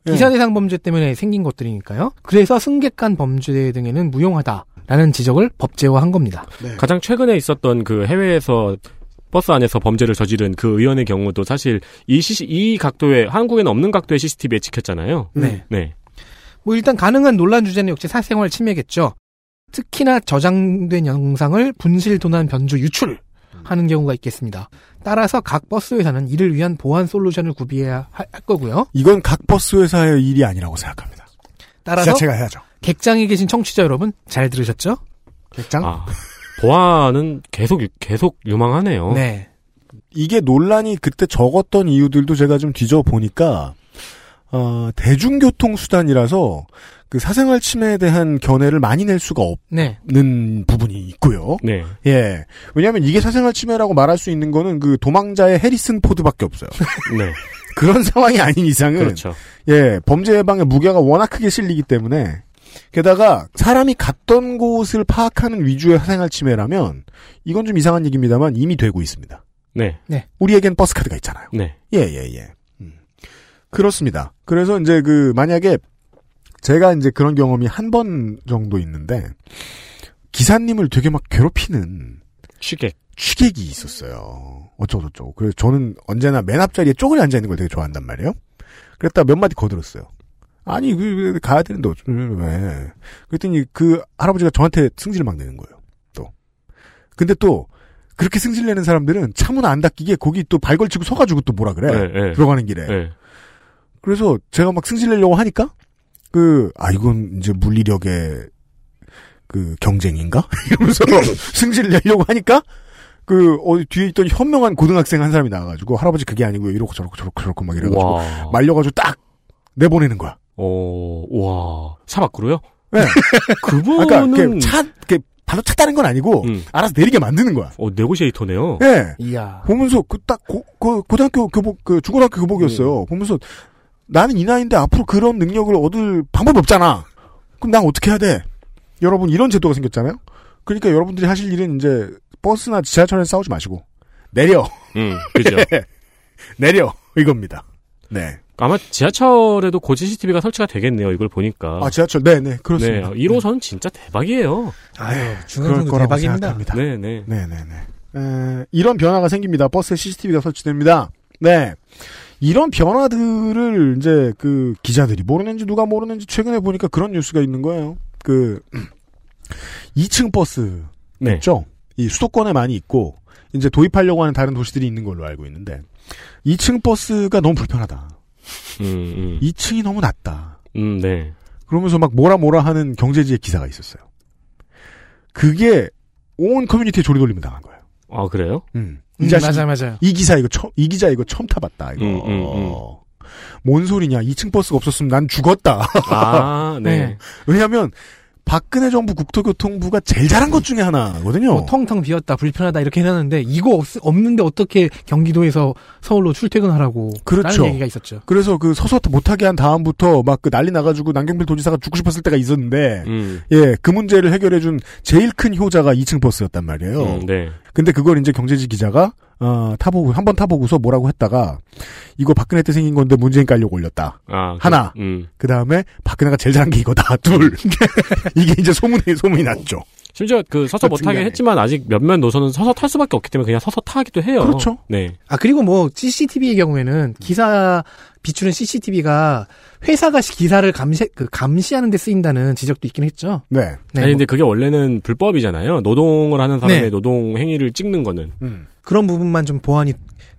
Speaker 2: 예.
Speaker 3: 기사 대상 범죄 때문에 생긴 것들이니까요. 그래서 승객 간 범죄 등에는 무용하다라는 지적을 법제화한 겁니다.
Speaker 2: 네.
Speaker 4: 가장 최근에 있었던 그 해외에서 버스 안에서 범죄를 저지른 그 의원의 경우도 사실 이, CC 이 각도에, 한국에는 없는 각도의 CCTV에 찍혔잖아요.
Speaker 3: 네.
Speaker 4: 네.
Speaker 3: 뭐 일단 가능한 논란 주제는 역시 사생활 침해겠죠. 특히나 저장된 영상을 분실 도난 변조 유출 하는 경우가 있겠습니다. 따라서 각 버스 회사는 이를 위한 보안 솔루션을 구비해야 할 거고요.
Speaker 2: 이건 각 버스 회사의 일이 아니라고 생각합니다.
Speaker 3: 따라서
Speaker 2: 지자체가 해야죠.
Speaker 3: 객장에 계신 청취자 여러분 잘 들으셨죠?
Speaker 2: 객장
Speaker 4: 아, 보안은 계속, 유- 계속 유망하네요.
Speaker 3: 네.
Speaker 2: 이게 논란이 그때 적었던 이유들도 제가 좀 뒤져보니까, 어, 대중교통수단이라서 그 사생활 침해에 대한 견해를 많이 낼 수가
Speaker 3: 네.
Speaker 2: 없는 부분이 있고요.
Speaker 4: 네.
Speaker 2: 예. 왜냐면 하 이게 사생활 침해라고 말할 수 있는 거는 그 도망자의 해리슨 포드밖에 없어요.
Speaker 4: 네.
Speaker 2: 그런 상황이 아닌 이상은.
Speaker 4: 그렇죠.
Speaker 2: 예. 범죄 예방의 무게가 워낙 크게 실리기 때문에. 게다가 사람이 갔던 곳을 파악하는 위주의 사생활 침해라면 이건 좀 이상한 얘기입니다만 이미 되고 있습니다.
Speaker 4: 네.
Speaker 2: 우리에겐 버스카드가 있잖아요.
Speaker 4: 네.
Speaker 2: 예, 예, 예. 음. 그렇습니다. 그래서 이제 그, 만약에, 제가 이제 그런 경험이 한 번 정도 있는데, 기사님을 되게 막 괴롭히는
Speaker 4: 취객.
Speaker 2: 취객이 있었어요. 어쩌고저쩌고. 그래서 저는 언제나 맨 앞자리에 쪼그려 앉아있는 걸 되게 좋아한단 말이에요. 그랬다 몇 마디 거들었어요. 아니, 그, 그, 가야 되는데, 어쩌, 왜. 그랬더니 그 할아버지가 저한테 승질을 막 내는 거예요. 또. 근데 또, 그렇게 승질 내는 사람들은 차문 안 닫히게 거기 또 발 걸치고 서가지고 또 뭐라 그래.
Speaker 4: 네, 네.
Speaker 2: 들어가는 길에.
Speaker 4: 네.
Speaker 2: 그래서 제가 막 승질내려고 하니까 그, 아, 이건 이제 물리력의 그 경쟁인가? 이러면서 승질내려고 하니까 그, 어디 뒤에 있던 현명한 고등학생 한 사람이 나와가지고 할아버지 그게 아니고요. 이러고 저러고 저러고 저러고 막 이래가지고
Speaker 4: 와.
Speaker 2: 말려가지고 딱 내보내는 거야.
Speaker 4: 오, 어, 와. 차 밖으로요?
Speaker 2: 네.
Speaker 4: 그분은.
Speaker 2: 그러니까 이렇게 차, 이렇게 바로 차다는 건 아니고
Speaker 4: 음.
Speaker 2: 알아서 내리게 만드는 거야.
Speaker 4: 어, 네고시에이터네요.
Speaker 2: 예.
Speaker 3: 이야.
Speaker 2: 보면서 그딱 고, 그 고등학교 교복 그 중고등학교 교복이었어요.
Speaker 3: 네.
Speaker 2: 보면서 나는 이 나이인데 앞으로 그런 능력을 얻을 방법이 없잖아. 그럼 난 어떻게 해야 돼? 여러분 이런 제도가 생겼잖아요. 그러니까 여러분들이 하실 일은 이제 버스나 지하철에서 싸우지 마시고 내려
Speaker 4: 음, 그죠.
Speaker 2: 내려 이겁니다. 네.
Speaker 4: 아마 지하철에도 고 CCTV가 설치가 되겠네요. 이걸 보니까.
Speaker 2: 아 지하철 네네
Speaker 4: 네.
Speaker 2: 그렇습니다. 음.
Speaker 4: 1호선은 진짜 대박이에요.
Speaker 3: 아유,
Speaker 2: 그럴
Speaker 3: 중앙선도
Speaker 2: 거라고
Speaker 3: 대박입니다.
Speaker 2: 생각합니다.
Speaker 4: 네, 네.
Speaker 2: 네네네. 에, 이런 변화가 생깁니다. 버스에 CCTV가 설치됩니다. 네. 이런 변화들을 이제 그 기자들이 모르는지 누가 모르는지 최근에 보니까 그런 뉴스가 있는 거예요. 그 2층 버스
Speaker 4: 네.
Speaker 2: 네. 있죠? 이 수도권에 많이 있고 이제 도입하려고 하는 다른 도시들이 있는 걸로 알고 있는데 2층 버스가 너무 불편하다.
Speaker 4: 음, 음.
Speaker 2: 2층이 너무 낮다.
Speaker 4: 음, 네.
Speaker 2: 그러면서 막 뭐라 뭐라 하는 경제지의 기사가 있었어요. 그게 온 커뮤니티에 조리돌림 당한 거예요.
Speaker 4: 아, 그래요?
Speaker 2: 음. 이
Speaker 3: 음,
Speaker 2: 자식
Speaker 3: 맞아요, 맞아요.
Speaker 2: 이 기사 이거 처음, 이 기자 이거 처음 타봤다 이거.
Speaker 4: 음, 음, 음.
Speaker 2: 뭔 소리냐? 2층 버스가 없었으면 난 죽었다.
Speaker 4: 아, 네.
Speaker 2: 왜냐하면 박근혜 정부 국토교통부가 제일 잘한 것 중에 하나거든요.
Speaker 3: 뭐 텅텅 비었다, 불편하다 이렇게 해놨는데 이거 없, 없는데 어떻게 경기도에서 서울로 출퇴근하라고
Speaker 2: 그렇죠.
Speaker 3: 라는 얘기가 있었죠.
Speaker 2: 그래서 그 서서 못하게 한 다음부터 막 그 난리 나가지고 남경필 도지사가 죽고 싶었을 때가 있었는데
Speaker 4: 음.
Speaker 2: 예, 그 문제를 해결해준 제일 큰 효자가 2층 버스였단 말이에요.
Speaker 4: 음, 네.
Speaker 2: 근데 그걸 이제 경제지 기자가 어, 타보고 한 번 타보고서 뭐라고 했다가 이거 박근혜 때 생긴 건데 문재인 깔려고 올렸다.
Speaker 4: 아, 그-
Speaker 2: 하나.
Speaker 4: 음.
Speaker 2: 그 다음에 박근혜가 제일 잘한 게 이거다. 둘. 이게 이제 소문이 소문이 났죠.
Speaker 4: 심지어 그 서서
Speaker 2: 그
Speaker 4: 못하게
Speaker 2: 중간에.
Speaker 4: 했지만 아직 몇몇 노선은 서서 탈 수밖에 없기 때문에 그냥 서서 타기도 해요.
Speaker 2: 그렇죠.
Speaker 4: 네.
Speaker 3: 아 그리고 뭐 CCTV의 경우에는 기사 비추는 CCTV가 회사가 시- 기사를 감시 그 감시하는 데 쓰인다는 지적도 있긴 했죠.
Speaker 2: 네.
Speaker 3: 네, 뭐
Speaker 4: 아니 근데 그게 원래는 불법이잖아요. 노동을 하는 사람의
Speaker 3: 네.
Speaker 4: 노동 행위를 찍는 거는.
Speaker 2: 음.
Speaker 3: 그런 부분만 좀 보완이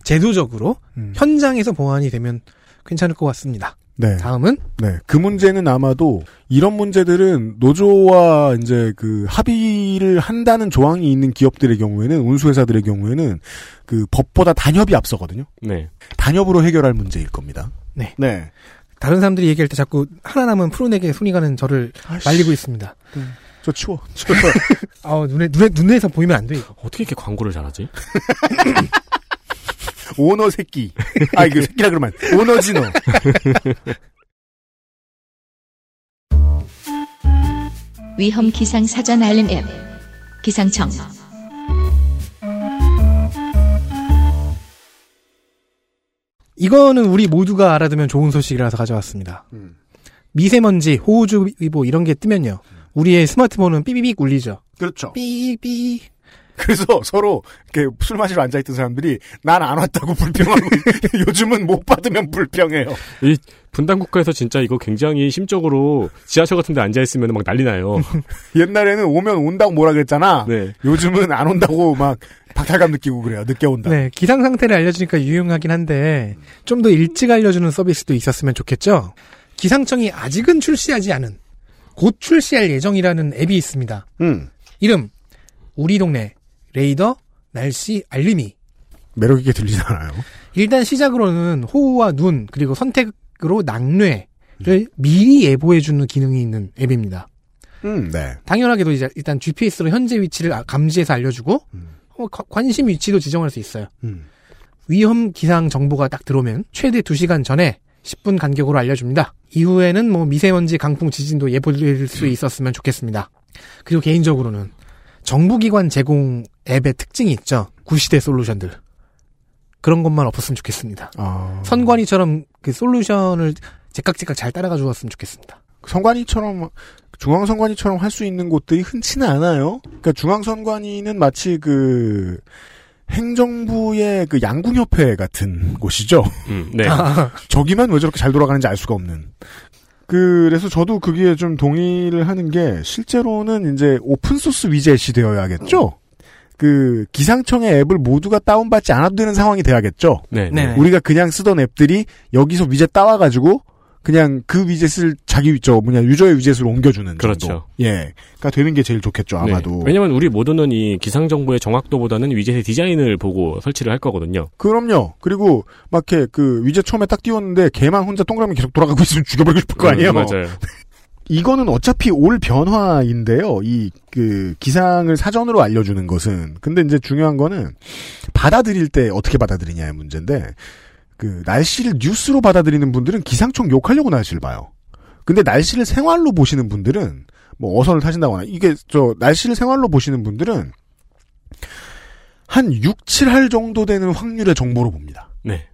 Speaker 3: 제도적으로
Speaker 2: 음.
Speaker 3: 현장에서 보완이 되면 괜찮을 것 같습니다.
Speaker 2: 네.
Speaker 3: 다음은
Speaker 2: 네. 그 문제는 아마도 이런 문제들은 노조와 이제 그 합의를 한다는 조항이 있는 기업들의 경우에는 운수회사들의 경우에는 그 법보다 단협이 앞서거든요.
Speaker 4: 네.
Speaker 2: 단협으로 해결할 문제일 겁니다.
Speaker 3: 네.
Speaker 2: 네.
Speaker 3: 다른 사람들이 얘기할 때 자꾸 하나 남은 프로넥에 손이 가는 저를 말리고 있습니다.
Speaker 2: 저 치워.
Speaker 3: 아 눈에 눈에 눈에서 보이면 안 돼 이거.
Speaker 4: 어떻게 이렇게 광고를 잘하지?
Speaker 2: 오너 새끼. 아, 이거 새끼라 그러면 안 돼. 오너지너.
Speaker 1: 위험 기상 사전 알림 앱 기상청
Speaker 3: 이거는 우리 모두가 알아두면 좋은 소식이라서 가져왔습니다. 미세먼지, 호우주의보 이런 게 뜨면요. 우리의 스마트폰은 삐비빅 울리죠.
Speaker 2: 그렇죠.
Speaker 3: 삐삐.
Speaker 2: 그래서 서로 이렇게 술 마시러 앉아있던 사람들이 난 안 왔다고 불평하고 요즘은 못 받으면 불평해요.
Speaker 4: 이 분단 국가에서 진짜 이거 굉장히 심적으로 지하철 같은 데 앉아 있으면 막 난리 나요.
Speaker 2: 옛날에는 오면 온다고 뭐라 그랬잖아.
Speaker 4: 네.
Speaker 2: 요즘은 안 온다고 막 박탈감 느끼고 그래요. 늦게 온다.
Speaker 3: 네, 기상 상태를 알려주니까 유용하긴 한데 좀 더 일찍 알려주는 서비스도 있었으면 좋겠죠. 기상청이 아직은 출시하지 않은 곧 출시할 예정이라는 앱이 있습니다.
Speaker 2: 음.
Speaker 3: 이름 우리 동네 레이더 날씨 알림이
Speaker 2: 매력 있게 들리잖아요.
Speaker 3: 일단 시작으로는 호우와 눈 그리고 선택으로 낙뢰를 미리 예보해주는 기능이 있는 앱입니다.
Speaker 2: 음, 네.
Speaker 3: 당연하게도 이제 일단 GPS로 현재 위치를 아- 감지해서 알려주고 어, 가- 관심 위치도 지정할 수 있어요.
Speaker 2: 음.
Speaker 3: 위험 기상 정보가 딱 들어오면 최대 2시간 전에 10분 간격으로 알려줍니다. 이후에는 뭐 미세먼지, 강풍, 지진도 예보될 수 있었으면 좋겠습니다. 그리고 개인적으로는 정부기관 제공 앱의 특징이 있죠. 구시대 솔루션들. 그런 것만 없었으면 좋겠습니다.
Speaker 2: 아,
Speaker 3: 선관위처럼 그 솔루션을 제깍제깍 잘 따라가 주었으면 좋겠습니다.
Speaker 2: 선관위처럼 중앙 선관위처럼 할 수 있는 곳들이 흔치는 않아요. 그러니까 중앙 선관위는 마치 그 행정부의 그 양궁협회 같은 곳이죠.
Speaker 4: 음, 네.
Speaker 2: 저기만 왜 저렇게 잘 돌아가는지 알 수가 없는. 그래서 저도 거기에 좀 동의를 하는 게 실제로는 이제 오픈 소스 위젯이 되어야겠죠. 그 기상청의 앱을 모두가 다운받지 않아도 되는 상황이 돼야겠죠.
Speaker 4: 네.
Speaker 3: 네.
Speaker 2: 우리가 그냥 쓰던 앱들이 여기서 위젯 따와가지고 그냥 그 위젯을 자기 저 뭐냐 유저의 위젯으로 옮겨주는
Speaker 4: 그렇죠.
Speaker 2: 정도. 예, 그러니까 되는 게 제일 좋겠죠 아마도.
Speaker 4: 네. 왜냐면 우리 모두는 이 기상 정보의 정확도보다는 위젯의 디자인을 보고 설치를 할 거거든요.
Speaker 2: 그럼요. 그리고 막 이렇게 그 위젯 처음에 딱 띄웠는데 걔만 혼자 동그라미 계속 돌아가고 있으면 죽여버리고 싶을 거 아니에요.
Speaker 4: 음, 맞아요.
Speaker 2: 이거는 어차피 올 변화인데요. 이 그 기상을 사전으로 알려주는 것은 근데 이제 중요한 거는 받아들일 때 어떻게 받아들이냐의 문제인데 그 날씨를 뉴스로 받아들이는 분들은 기상청 욕하려고 날씨를 봐요. 근데 날씨를 생활로 보시는 분들은 뭐 어선을 타신다거나 이게 저 날씨를 생활로 보시는 분들은 한 6, 7할 정도 되는 확률의 정보로 봅니다.
Speaker 4: 네.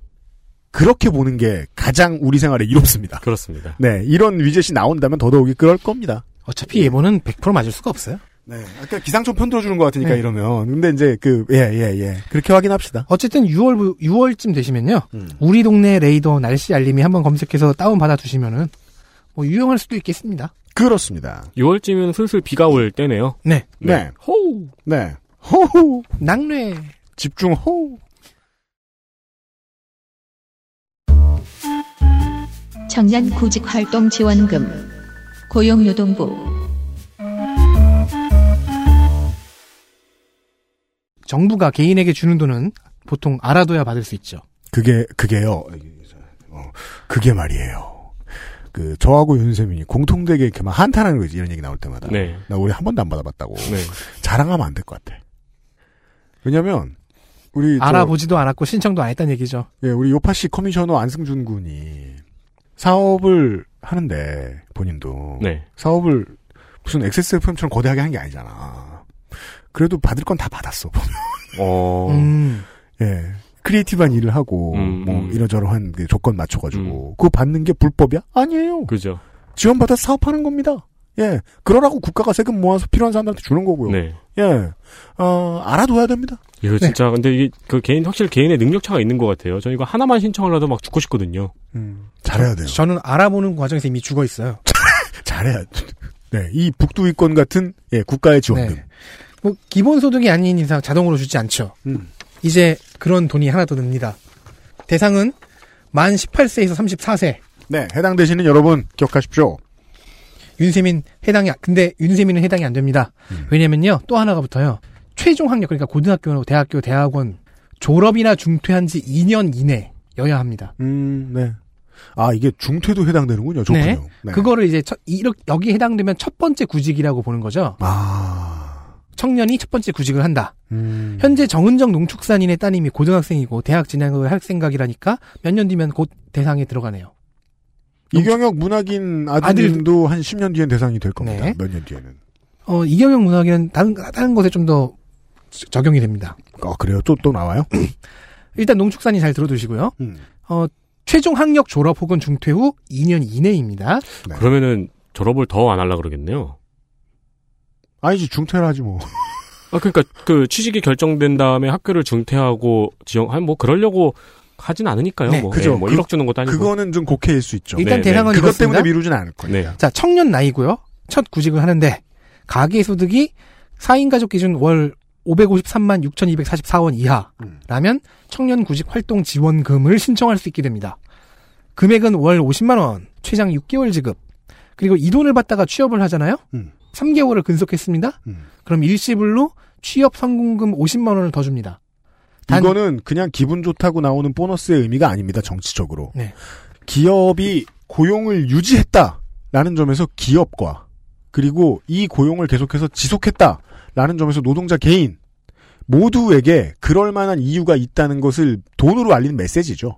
Speaker 2: 그렇게 보는 게 가장 우리 생활에 이롭습니다.
Speaker 4: 그렇습니다.
Speaker 2: 네, 이런 위젯이 나온다면 더더욱이 그럴 겁니다.
Speaker 3: 어차피 예보는 100% 맞을 수가 없어요.
Speaker 2: 네. 아까 기상청 편 들어주는 것 같으니까
Speaker 3: 네.
Speaker 2: 이러면. 근데 이제 그, 예, 예, 예. 그렇게 확인합시다.
Speaker 3: 어쨌든 6월 6월쯤 되시면요. 우리 동네 레이더 날씨 알림이 한번 검색해서 다운 받아 두시면은 뭐 유용할 수도 있겠습니다.
Speaker 2: 그렇습니다.
Speaker 4: 6월쯤이면 슬슬 비가 올 때네요.
Speaker 3: 네.
Speaker 2: 네.
Speaker 4: 호우.
Speaker 2: 네. 호호.
Speaker 3: 낙뢰
Speaker 2: 집중 호우.
Speaker 1: 청년 구직 활동 지원금 고용노동부
Speaker 3: 정부가 개인에게 주는 돈은 보통 알아둬야 받을 수 있죠.
Speaker 2: 그게 그게요. 어, 그게 말이에요. 그 저하고 윤세민이 공통되게 이렇게 막 한탄하는 거지 이런 얘기 나올 때마다.
Speaker 4: 네.
Speaker 2: 나 우리 한 번도 안 받아봤다고.
Speaker 4: 네.
Speaker 2: 자랑하면 안 될 것 같아. 왜냐면 우리 저-
Speaker 3: 알아보지도 않았고 신청도 안 했다는 얘기죠.
Speaker 2: 예, 우리 요파시 커미셔너 안승준 군이 사업을 하는데 본인도
Speaker 4: 네.
Speaker 2: 사업을 무슨 XSFM처럼 거대하게 한 게 아니잖아. 그래도 받을 건 다 받았어.
Speaker 4: 어.
Speaker 3: 음.
Speaker 2: 예. 크리에이티브한 일을 하고
Speaker 4: 음,
Speaker 2: 뭐
Speaker 4: 음.
Speaker 2: 이러저러한 그 조건 맞춰가지고 그거 받는 게 불법이야? 아니에요.
Speaker 4: 그죠.
Speaker 2: 지원받아 서 사업하는 겁니다. 예. 그러라고 국가가 세금 모아서 필요한 사람들한테 주는 거고요.
Speaker 4: 네.
Speaker 2: 예. 어, 알아둬야 됩니다.
Speaker 4: 이거 진짜 근데 이게 그 개인 확실히 개인의 능력 차가 있는 것 같아요. 저는 이거 하나만 신청을 하도 막 죽고 싶거든요.
Speaker 2: 잘해야 돼요.
Speaker 3: 저는 알아보는 과정에서 이미 죽어 있어요.
Speaker 2: 잘해야. 네. 이 북두위권 같은 예, 국가의 지원금.
Speaker 3: 네. 뭐 기본 소득이 아닌 이상 자동으로 주지 않죠.
Speaker 2: 음.
Speaker 3: 이제 그런 돈이 하나 더 듭니다. 대상은 만 18세에서 34세.
Speaker 2: 네, 해당되시는 여러분 기억하십시오.
Speaker 3: 윤세민 해당이 안- 근데 윤세민은 해당이 안 됩니다. 왜냐면요 또 하나가 붙어요. 최종 학력 그러니까 고등학교, 대학교, 대학원 졸업이나 중퇴한 지 2년 이내여야 합니다.
Speaker 2: 음, 네. 아, 이게 중퇴도 해당되는군요. 좋군요.
Speaker 3: 네. 그거를 이제 첫, 이렇게 여기 해당되면 첫 번째 구직이라고 보는 거죠.
Speaker 2: 아.
Speaker 3: 청년이 첫 번째 구직을 한다.
Speaker 2: 음.
Speaker 3: 현재 정은정 농축산인의 따님이 고등학생이고 대학 진학을 할 생각이라니까 몇 년 뒤면 곧 대상에 들어가네요.
Speaker 2: 이경혁 문학인 아드님도 한 10년 뒤엔 대상이 될 겁니다.
Speaker 3: 네.
Speaker 2: 몇 년 뒤에는.
Speaker 3: 어, 이경영 문학에는 다른 다른 것에 좀 더 적용이 됩니다.
Speaker 2: 아, 그래요? 또, 또 나와요?
Speaker 3: 일단 농축산인 잘 들어두시고요.
Speaker 2: 음.
Speaker 3: 어, 최종 학력 졸업 혹은 중퇴 후 2년 이내입니다.
Speaker 2: 네.
Speaker 4: 그러면은 졸업을 더 안 하려 그러겠네요.
Speaker 2: 아니지, 중퇴를 하지 뭐.
Speaker 4: 아 그러니까 그 취직이 결정된 다음에 학교를 중퇴하고 지원 한뭐 그러려고 하진 않으니까요.
Speaker 3: 네,
Speaker 4: 뭐,
Speaker 2: 그죠.
Speaker 4: 예, 뭐
Speaker 2: 그-
Speaker 4: 1억 주는 것도 아니고.
Speaker 2: 그거는 좀 곡해일 수 있죠.
Speaker 4: 네,
Speaker 3: 일단
Speaker 4: 네.
Speaker 3: 대상은
Speaker 2: 그것
Speaker 3: 이렇습니다.
Speaker 2: 때문에 미루진 않을 거예요.
Speaker 4: 네.
Speaker 3: 자, 청년 나이고요. 첫 구직을 하는데 가계 소득이 4인 가족 기준 월 553만 6,244원 이하라면 청년 구직 활동 지원금을 신청할 수 있게 됩니다. 금액은 월 50만 원, 최장 6개월 지급. 그리고 이 돈을 받다가 취업을 하잖아요.
Speaker 2: 음.
Speaker 3: 3개월을 근속했습니다.
Speaker 2: 음.
Speaker 3: 그럼 일시불로 취업 성공금 50만 원을 더 줍니다. 단-
Speaker 2: 이거는 그냥 기분 좋다고 나오는 보너스의 의미가 아닙니다. 정치적으로.
Speaker 3: 네.
Speaker 2: 기업이 고용을 유지했다라는 점에서 기업과 그리고 이 고용을 계속해서 지속했다라는 점에서 노동자 개인 모두에게 그럴 만한 이유가 있다는 것을 돈으로 알리는 메시지죠.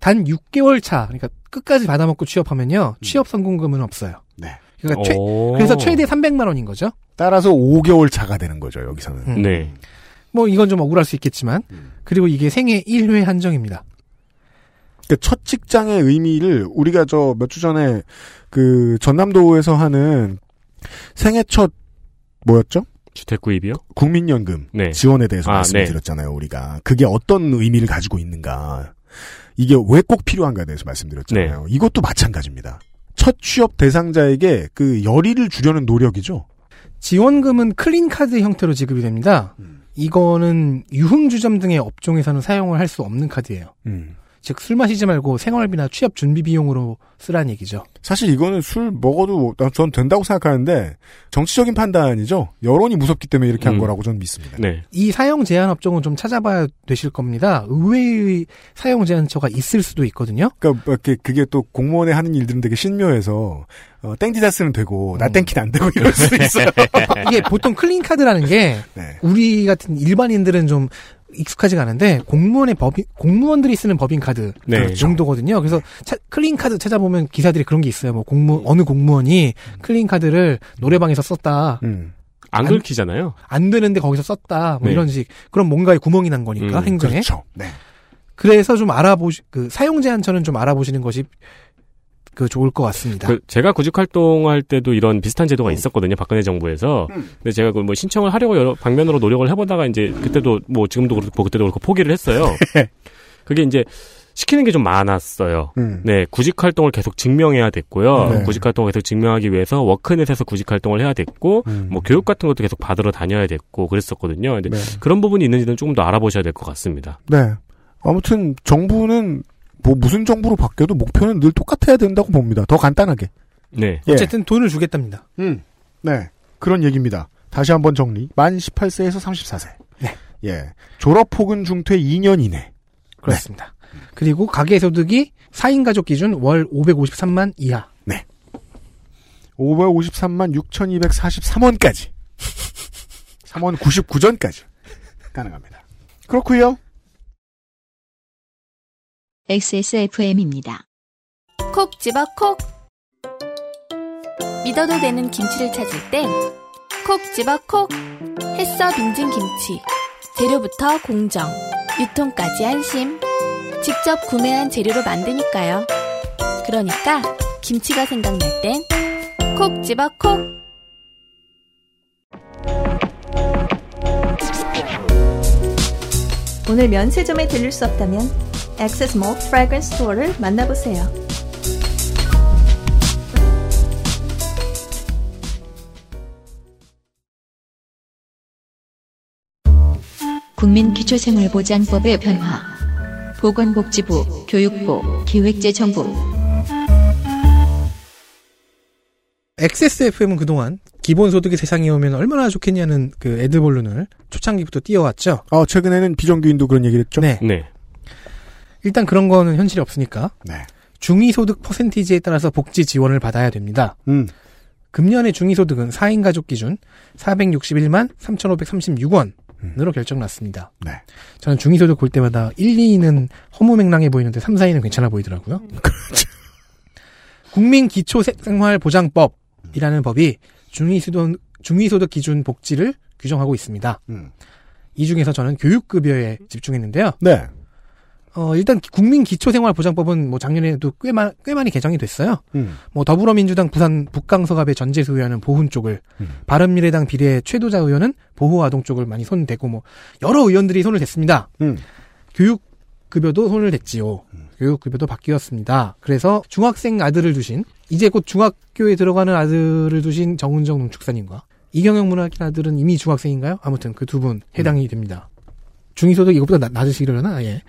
Speaker 3: 단 6개월 차, 그러니까 끝까지 받아먹고 취업하면요. 취업 성공금은 없어요.
Speaker 2: 네.
Speaker 3: 그러니까 최-
Speaker 4: 오.
Speaker 3: 그래서 최대 300만 원인 거죠.
Speaker 2: 따라서 5개월 차가 되는 거죠, 여기서는.
Speaker 3: 음.
Speaker 4: 네.
Speaker 3: 뭐 이건 좀 억울할 수 있겠지만 그리고 이게 생애 1회 한정입니다.
Speaker 2: 그러니까 첫 직장의 의미를 우리가 저 몇 주 전에 그 전남도에서 하는 생애 첫 뭐였죠?
Speaker 4: 주택 구입이요?
Speaker 2: 국민연금
Speaker 4: 네.
Speaker 2: 지원에 대해서
Speaker 4: 아,
Speaker 2: 말씀드렸잖아요, 우리가. 그게 어떤 의미를 가지고 있는가. 이게 왜 꼭 필요한가에 대해서
Speaker 4: 네.
Speaker 2: 말씀드렸잖아요. 이것도 마찬가지입니다. 첫 취업 대상자에게 그 열의를 주려는 노력이죠.
Speaker 3: 지원금은 클린 카드 형태로 지급이 됩니다. 이거는 유흥주점 등의 업종에서는 사용을 할 수 없는 카드예요.
Speaker 2: 음.
Speaker 3: 즉 술 마시지 말고 생활비나 취업 준비 비용으로 쓰라는 얘기죠.
Speaker 2: 사실 이거는 술 먹어도 나- 전 된다고 생각하는데 정치적인 판단이죠. 여론이 무섭기 때문에 이렇게 한
Speaker 4: 음.
Speaker 2: 거라고 저는 믿습니다.
Speaker 3: 그,
Speaker 4: 네.
Speaker 3: 이 사용 제한 업종은 좀 찾아봐야 되실 겁니다. 의외의 사용 제한처가 있을 수도 있거든요.
Speaker 2: 그러니까 뭐 이렇게 그게 또 공무원에 하는 일들은 되게 신묘해서 어, 땡디다스는 되고 나
Speaker 3: 음.
Speaker 2: 땡키는 안 되고 이럴 수 있어요.
Speaker 3: 이게 보통 클린 카드라는 게
Speaker 2: 네.
Speaker 3: 우리 같은 일반인들은 좀 익숙하지가 않은데 공무원의 법인 공무원들이 쓰는 법인 카드
Speaker 4: 네.
Speaker 3: 그 정도거든요. 그래서 차- 클린 카드 찾아보면 기사들이 그런 게 있어요. 뭐 공무 어느 공무원이 클린 카드를 노래방에서 썼다
Speaker 2: 음.
Speaker 4: 안
Speaker 3: 안-
Speaker 4: 긁히잖아요.
Speaker 3: 안 되는데 거기서 썼다 뭐
Speaker 4: 네.
Speaker 3: 이런 식 그런 뭔가에 구멍이 난 거니까
Speaker 4: 음,
Speaker 3: 행정에
Speaker 2: 그렇죠. 네.
Speaker 3: 그래서좀 알아보시 그 사용 제한처는 좀 알아보시는 것이 그 좋을 것 같습니다.
Speaker 4: 그 제가 구직 활동할 때도 이런 비슷한 제도가 있었거든요. 박근혜 정부에서.
Speaker 3: 음.
Speaker 4: 근데 제가 그뭐 신청을 하려고 여러 방면으로
Speaker 3: 네.
Speaker 4: 노력을 해보다가 이제 그때도 뭐 지금도 그렇고 그때도 그렇고 포기를 했어요. 그게 이제 시키는 게 좀 많았어요.
Speaker 2: 음.
Speaker 4: 네, 구직 활동을 계속 증명해야 됐고요.
Speaker 2: 네.
Speaker 4: 구직 활동을 계속 증명하기 위해서 워크넷에서 구직 활동을 해야 됐고,
Speaker 2: 음.
Speaker 4: 뭐 교육 같은 것도 계속 받으러 다녀야 됐고 그랬었거든요. 근데
Speaker 2: 네.
Speaker 4: 그런 부분이 있는지는 조금 더 알아보셔야 될 것 같습니다.
Speaker 2: 네. 아무튼 정부는 뭐 무슨 정부로 바뀌어도 목표는 늘 똑같아야 된다고 봅니다. 더 간단하게.
Speaker 4: 네.
Speaker 2: 예.
Speaker 3: 어쨌든 돈을 주겠답니다.
Speaker 2: 음. 네. 그런 얘기입니다. 다시 한번 정리. 만 18세에서 34세. 예. 졸업 혹은 중퇴 2년 이내.
Speaker 3: 그렇습니다. 그리고 가계 소득이 4인 가족 기준 월 553만 이하.
Speaker 2: 553만 6,243원까지. 3원 99전까지. 가능합니다. 그렇고요
Speaker 1: XSFM입니다.
Speaker 5: 콕 집어 콕. 믿어도 되는 김치를 찾을 땐 콕 집어 콕. 햇서 빙진 김치. 재료부터 공정. 유통까지 안심. 직접 구매한 재료로 만드니까요. 그러니까 김치가 생각날 땐 콕 집어 콕.
Speaker 8: 오늘 면세점에 들릴 수 없다면 액세스 몰 프라그런스 스토어를 만나보세요.
Speaker 1: 국민기초생활보장법의 변화. 보건복지부, 교육부, 기획재정부.
Speaker 3: XSFM은 그동안 기본소득이 세상에 오면 얼마나 좋겠냐는 그 애드볼룬을 초창기부터 띄워왔죠.
Speaker 2: 아, 최근에는 비정규인도 그런 얘기를 했죠?
Speaker 3: 네.
Speaker 4: 네.
Speaker 3: 일단 그런 거는 현실이 없으니까
Speaker 2: 네.
Speaker 3: 중위소득 퍼센티지에 따라서 복지 지원을 받아야 됩니다.
Speaker 2: 음.
Speaker 3: 금년의 중위소득은 4인 가족 기준 461만 3,536원으로 결정났습니다.
Speaker 2: 네.
Speaker 3: 저는 중위소득 볼 때마다 1, 2위는 허무맹랑해 보이는데 3, 4위는 괜찮아 보이더라고요.
Speaker 2: 그렇죠.
Speaker 3: 국민기초생활보장법이라는 법이 중위소득, 중위소득 기준 복지를 규정하고 있습니다.
Speaker 2: 음.
Speaker 3: 이 중에서 저는 교육급여에 집중했는데요.
Speaker 2: 네.
Speaker 3: 어, 일단 국민기초생활보장법은 뭐 작년에도 꽤, 마- 꽤 많이 개정이 됐어요.
Speaker 2: 음.
Speaker 3: 뭐 더불어민주당 부산 북강서갑의 전재수 의원은 보훈 쪽을, 바른미래당 비례 최도자 의원은 보호아동 쪽을 많이 손 대고 뭐 여러 의원들이 손을 댔습니다.
Speaker 2: 음.
Speaker 3: 교육 급여도 손을 댔지요. 교육 급여도 바뀌었습니다. 그래서 중학생 아들을 두신 이제 곧 중학교에 들어가는 아들을 두신 정은정 농축사님과 이경영 문학인 아들은 이미 중학생인가요? 아무튼 그 두 분 해당이 됩니다. 중위소득 이것보다 낮- 낮으시려나? 예.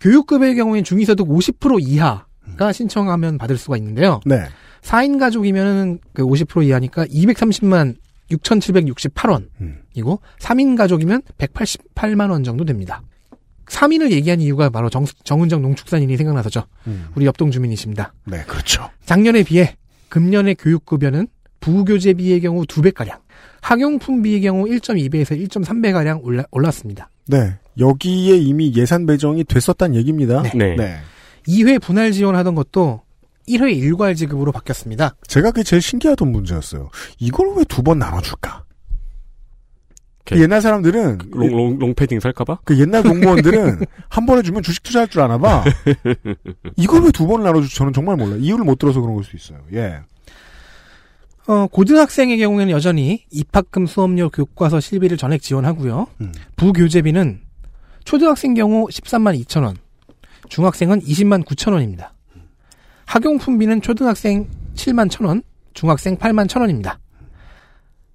Speaker 3: 교육급여의 경우엔 중위소득 50% 이하가 신청하면 받을 수가 있는데요.
Speaker 2: 네.
Speaker 3: 4인 가족이면 그50% 이하니까 230만 6,768원이고
Speaker 2: 음.
Speaker 3: 3인 가족이면 188만 원 정도 됩니다. 3인을 얘기한 이유가 바로 정, 정은정 농축산인이 생각나서죠.
Speaker 2: 음.
Speaker 3: 우리 옆동 주민이십니다.
Speaker 2: 네, 그렇죠.
Speaker 3: 작년에 비해 금년의 교육급여는 부교재비의 경우 2배가량, 학용품비의 경우 1.2배에서 1.3배가량 올라, 올랐습니다.
Speaker 2: 네. 여기에 이미 예산 배정이 됐었단 얘기입니다.
Speaker 4: 네.
Speaker 3: 2회 분할 지원하던 것도 1회 일괄 지급으로 바뀌었습니다.
Speaker 2: 제가 그게 제일 신기하던 문제였어요. 이걸 왜 두 번 나눠줄까? 그
Speaker 4: 게-
Speaker 2: 옛날 사람들은
Speaker 4: 그 롱, 롱, 롱패딩 살까봐?
Speaker 2: 그 옛날 공무원들은 한 번에 주면 주식 투자할 줄 아나 봐. 이걸 왜 두 번 나눠줄지 저는 정말 몰라요. 이유를 못 들어서 그런 걸 수 있어요. 예.
Speaker 3: 어, 고등학생의 경우에는 여전히 입학금 수업료 교과서 실비를 전액 지원하고요.
Speaker 2: 음.
Speaker 3: 부교재비는 초등학생 경우 13만 2천 원, 중학생은 20만 9천 원입니다. 학용품비는 초등학생 7만 천 원, 중학생 8만 천 원입니다.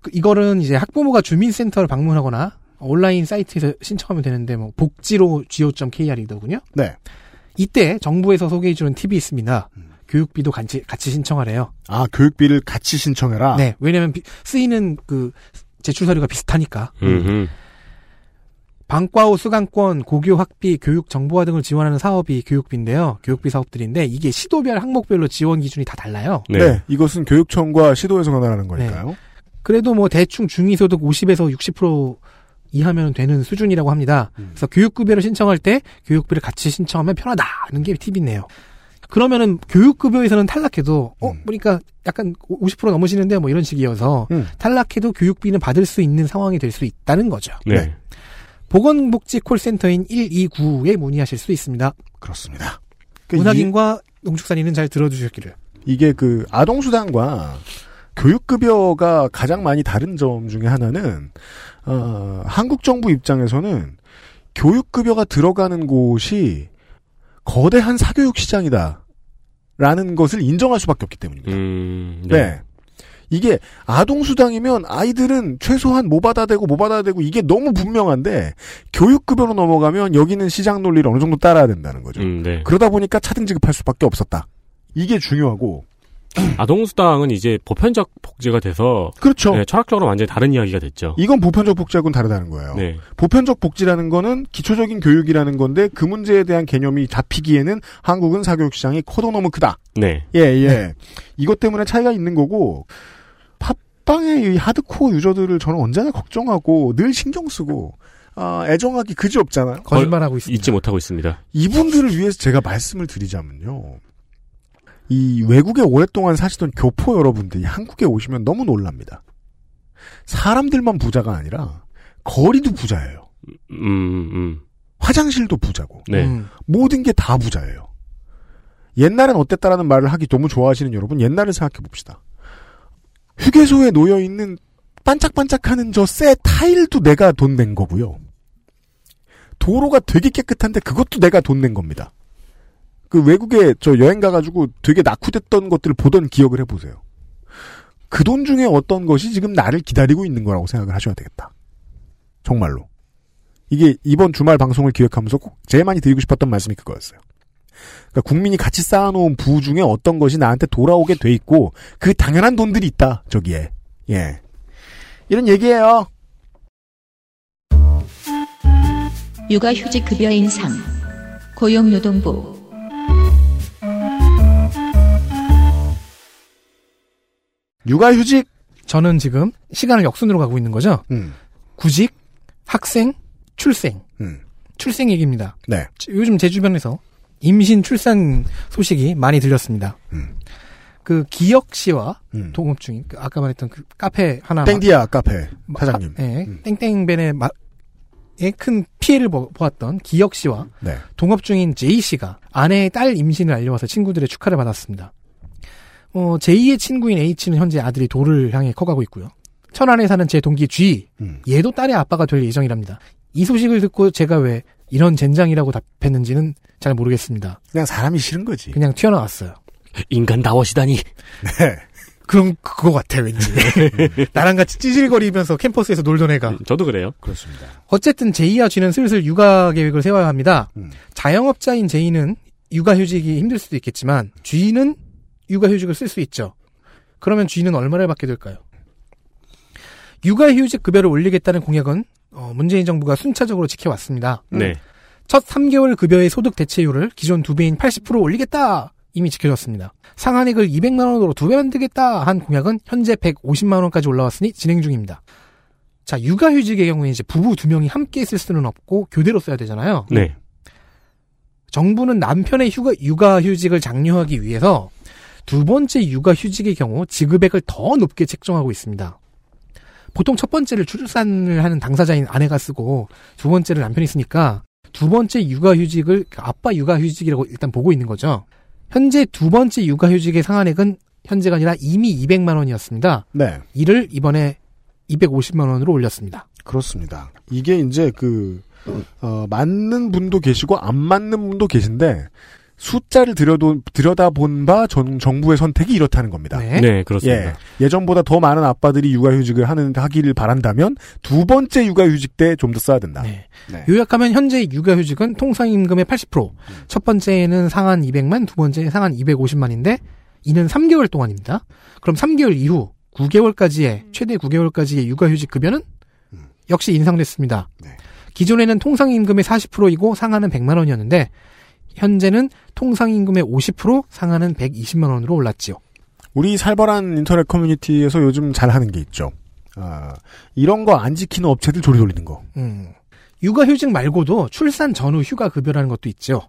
Speaker 3: 그- 이거는 이제 학부모가 주민센터를 방문하거나 온라인 사이트에서 신청하면 되는데 뭐 복지로 go.kr이더군요.
Speaker 2: 네.
Speaker 3: 이때 정부에서 소개해주는 팁이 있습니다. 교육비도 같이, 같이 신청하래요.
Speaker 2: 아, 교육비를 같이 신청해라.
Speaker 3: 네, 왜냐면 비- 쓰이는 그 제출 서류가 비슷하니까.
Speaker 4: 음흠.
Speaker 3: 방과 후 수강권, 고교 학비, 교육 정보화 등을 지원하는 사업이 교육비인데요. 교육비 사업들인데 이게 시도별 항목별로 지원 기준이 다 달라요.
Speaker 4: 네.
Speaker 2: 네, 이것은 교육청과 시도에서 관할하는 거니까요.
Speaker 3: 네. 그래도 뭐 대충 중위소득 50에서 60% 이하면 되는 수준이라고 합니다.
Speaker 2: 음.
Speaker 3: 그래서 교육급여를 신청할 때 교육비를 같이 신청하면 편하다는 게 팁이네요. 그러면은 교육급여에서는 탈락해도 어
Speaker 2: 음.
Speaker 3: 보니까 약간 50% 넘으시는데 뭐 이런 식이어서
Speaker 2: 음.
Speaker 3: 탈락해도 교육비는 받을 수 있는 상황이 될 수 있다는 거죠.
Speaker 4: 네.
Speaker 2: 네.
Speaker 3: 보건복지 콜센터인 129에 문의하실 수 있습니다.
Speaker 2: 그렇습니다. 그러니까
Speaker 3: 문학인과 농축산인은 잘 들어주셨기를.
Speaker 2: 이, 게그 아동수당과 교육급여가 가장 많이 다른 점 중에 하나는, 어, 한국 정부 입장에서는 교육급여가 들어가는 곳이 거대한 사교육 시장이다. 라는 것을 인정할 수밖에 없기 때문입니다.
Speaker 4: 음,
Speaker 2: 네. 이게 아동수당이면 아이들은 최소한 뭐 받아야 되고 뭐 받아야 되고 이게 너무 분명한데 교육급여로 넘어가면 여기는 시장 논리를 어느 정도 따라야 된다는 거죠.
Speaker 4: 음, 네.
Speaker 2: 그러다 보니까 차등 지급할 수밖에 없었다. 이게 중요하고.
Speaker 4: 아동수당은 이제 보편적 복지가 돼서
Speaker 2: 그렇죠.
Speaker 4: 네, 철학적으로 완전히 다른 이야기가 됐죠.
Speaker 2: 이건 보편적 복지하고는 다르다는 거예요.
Speaker 4: 네.
Speaker 2: 보편적 복지라는 거는 기초적인 교육이라는 건데 그 문제에 대한 개념이 잡히기에는 한국은 사교육 시장이 커도 너무 크다.
Speaker 4: 네.
Speaker 2: 예, 예. 이것 때문에 차이가 있는 거고, 팟빵의 이 하드코어 유저들을 저는 언제나 걱정하고, 늘 신경 쓰고, 아, 애정하기 그지 없잖아요?
Speaker 3: 거짓말하고 있습니다.
Speaker 2: 뭐.
Speaker 4: 잊지 못하고 있습니다.
Speaker 2: 이분들을 위해서 제가 말씀을 드리자면요. 이 외국에 오랫동안 사시던 교포 여러분들이 한국에 오시면 너무 놀랍니다. 사람들만 부자가 아니라, 거리도 부자예요.
Speaker 4: 음, 음.
Speaker 2: 화장실도 부자고.
Speaker 4: 네.
Speaker 3: 음.
Speaker 2: 모든 게 다 부자예요. 옛날엔 어땠다라는 말을 하기 너무 좋아하시는 여러분, 옛날을 생각해 봅시다. 휴게소에 놓여 있는 반짝반짝하는 저 새 타일도 내가 돈 낸 거고요. 도로가 되게 깨끗한데 그것도 내가 돈 낸 겁니다. 그 외국에 저 여행 가가지고 되게 낙후됐던 것들을 보던 기억을 해보세요. 그 돈 중에 어떤 것이 지금 나를 기다리고 있는 거라고 생각을 하셔야 되겠다. 정말로. 이게 이번 주말 방송을 기획하면서 꼭 제일 많이 드리고 싶었던 말씀이 그거였어요. 그러니까 국민이 같이 쌓아놓은 부 중에 어떤 것이 나한테 돌아오게 돼 있고 그 당연한 돈들이 있다 저기에 예 이런 얘기예요.
Speaker 1: 육아휴직 급여 인상 고용노동부
Speaker 2: 육아휴직
Speaker 3: 저는 지금 시간을 역순으로 가고 있는 거죠.
Speaker 2: 음,
Speaker 3: 구직, 학생, 출생.
Speaker 2: 음,
Speaker 3: 출생 얘기입니다.
Speaker 2: 네
Speaker 3: 지- 요즘 제 주변에서 임신 출산 소식이 많이 들렸습니다.
Speaker 2: 음.
Speaker 3: 그 기역씨와
Speaker 2: 음.
Speaker 3: 동업 중인 그 아까 말했던 그 카페 하나
Speaker 2: 땡디아 카페
Speaker 3: 마-
Speaker 2: 사장님
Speaker 3: 카- 예,
Speaker 2: 음.
Speaker 3: 땡땡벤의 마- 예, 큰 피해를 보, 보았던 기역 씨와
Speaker 2: 네
Speaker 3: 동업 중인 제이 씨가 아내의 딸 임신을 알려와서 친구들의 축하를 받았습니다. 어, 제이의 친구인 H는 현재 아들이 돌을 향해 커가고 있고요. 천안에 사는 제 동기 G,
Speaker 2: 음.
Speaker 3: 얘도 딸의 아빠가 될 예정이랍니다. 이 소식을 듣고 제가 왜 이런 젠장이라고 답했는지는 잘 모르겠습니다.
Speaker 2: 그냥 사람이 싫은 거지.
Speaker 3: 그냥 튀어나왔어요.
Speaker 4: 인간다워시다니.
Speaker 2: 네.
Speaker 3: 그럼 그거 같아 왠지. 나랑 같이 찌질거리면서 캠퍼스에서 놀던 애가.
Speaker 4: 저도 그래요.
Speaker 2: 그렇습니다.
Speaker 3: 어쨌든 제이와 쥐는 슬슬 육아 계획을 세워야 합니다.
Speaker 2: 음.
Speaker 3: 자영업자인 제이는 육아휴직이 힘들 수도 있겠지만 쥐는 육아휴직을 쓸 수 있죠. 그러면 쥐는 얼마를 받게 될까요? 육아휴직 급여를 올리겠다는 공약은 어, 문재인 정부가 순차적으로 지켜왔습니다.
Speaker 4: 네.
Speaker 3: 첫 3개월 급여의 소득 대체율을 기존 2배인 80% 올리겠다! 이미 지켜졌습니다. 상한액을 200만원으로 2배 만들겠다! 한 공약은 현재 150만원까지 올라왔으니 진행 중입니다. 자, 육아휴직의 경우에 이제 부부 두 명이 함께 쓸 수는 없고 교대로 써야 되잖아요.
Speaker 4: 네.
Speaker 3: 정부는 남편의 휴가, 육아휴직을 장려하기 위해서 두 번째 육아휴직의 경우 지급액을 더 높게 책정하고 있습니다. 보통 첫 번째를 출산을 하는 당사자인 아내가 쓰고 두 번째를 남편이 쓰니까 두 번째 육아휴직을 아빠 육아휴직이라고 일단 보고 있는 거죠. 현재 두 번째 육아휴직의 상한액은 현재가 아니라 이미 200만 원이었습니다.
Speaker 2: 네
Speaker 3: 이를 이번에 250만 원으로 올렸습니다.
Speaker 2: 그렇습니다. 이게 이제 그 어, 맞는 분도 계시고 안 맞는 분도 계신데 숫자를 들여도, 들여다본 바 전, 정부의 선택이 이렇다는 겁니다.
Speaker 3: 네.
Speaker 4: 네. 그렇습니다.
Speaker 2: 예, 예전보다 더 많은 아빠들이 육아휴직을 하는 하기를 바란다면 두 번째 육아휴직 때 좀 더 써야 된다.
Speaker 3: 네.
Speaker 2: 네. 음.
Speaker 3: 요약하면 현재 육아휴직은 통상임금의 80%, 첫 번째는 상한 200만, 두 번째는 상한 250만인데 이는 3개월 동안입니다. 그럼 3개월 이후 9개월까지의 최대 9개월까지의 육아휴직 급여는 역시 인상됐습니다.
Speaker 2: 음. 네.
Speaker 3: 기존에는 통상임금의 40%이고 상한은 100만 원이었는데 현재는 통상임금의 50% 상한은 120만 원으로 올랐지요.
Speaker 2: 우리 살벌한 인터넷 커뮤니티에서 요즘 잘하는 게 있죠. 아, 이런 거 안 지키는 업체들 조리 돌리는 거.
Speaker 3: 음. 육아휴직 말고도 출산 전후 휴가급여라는 것도 있죠.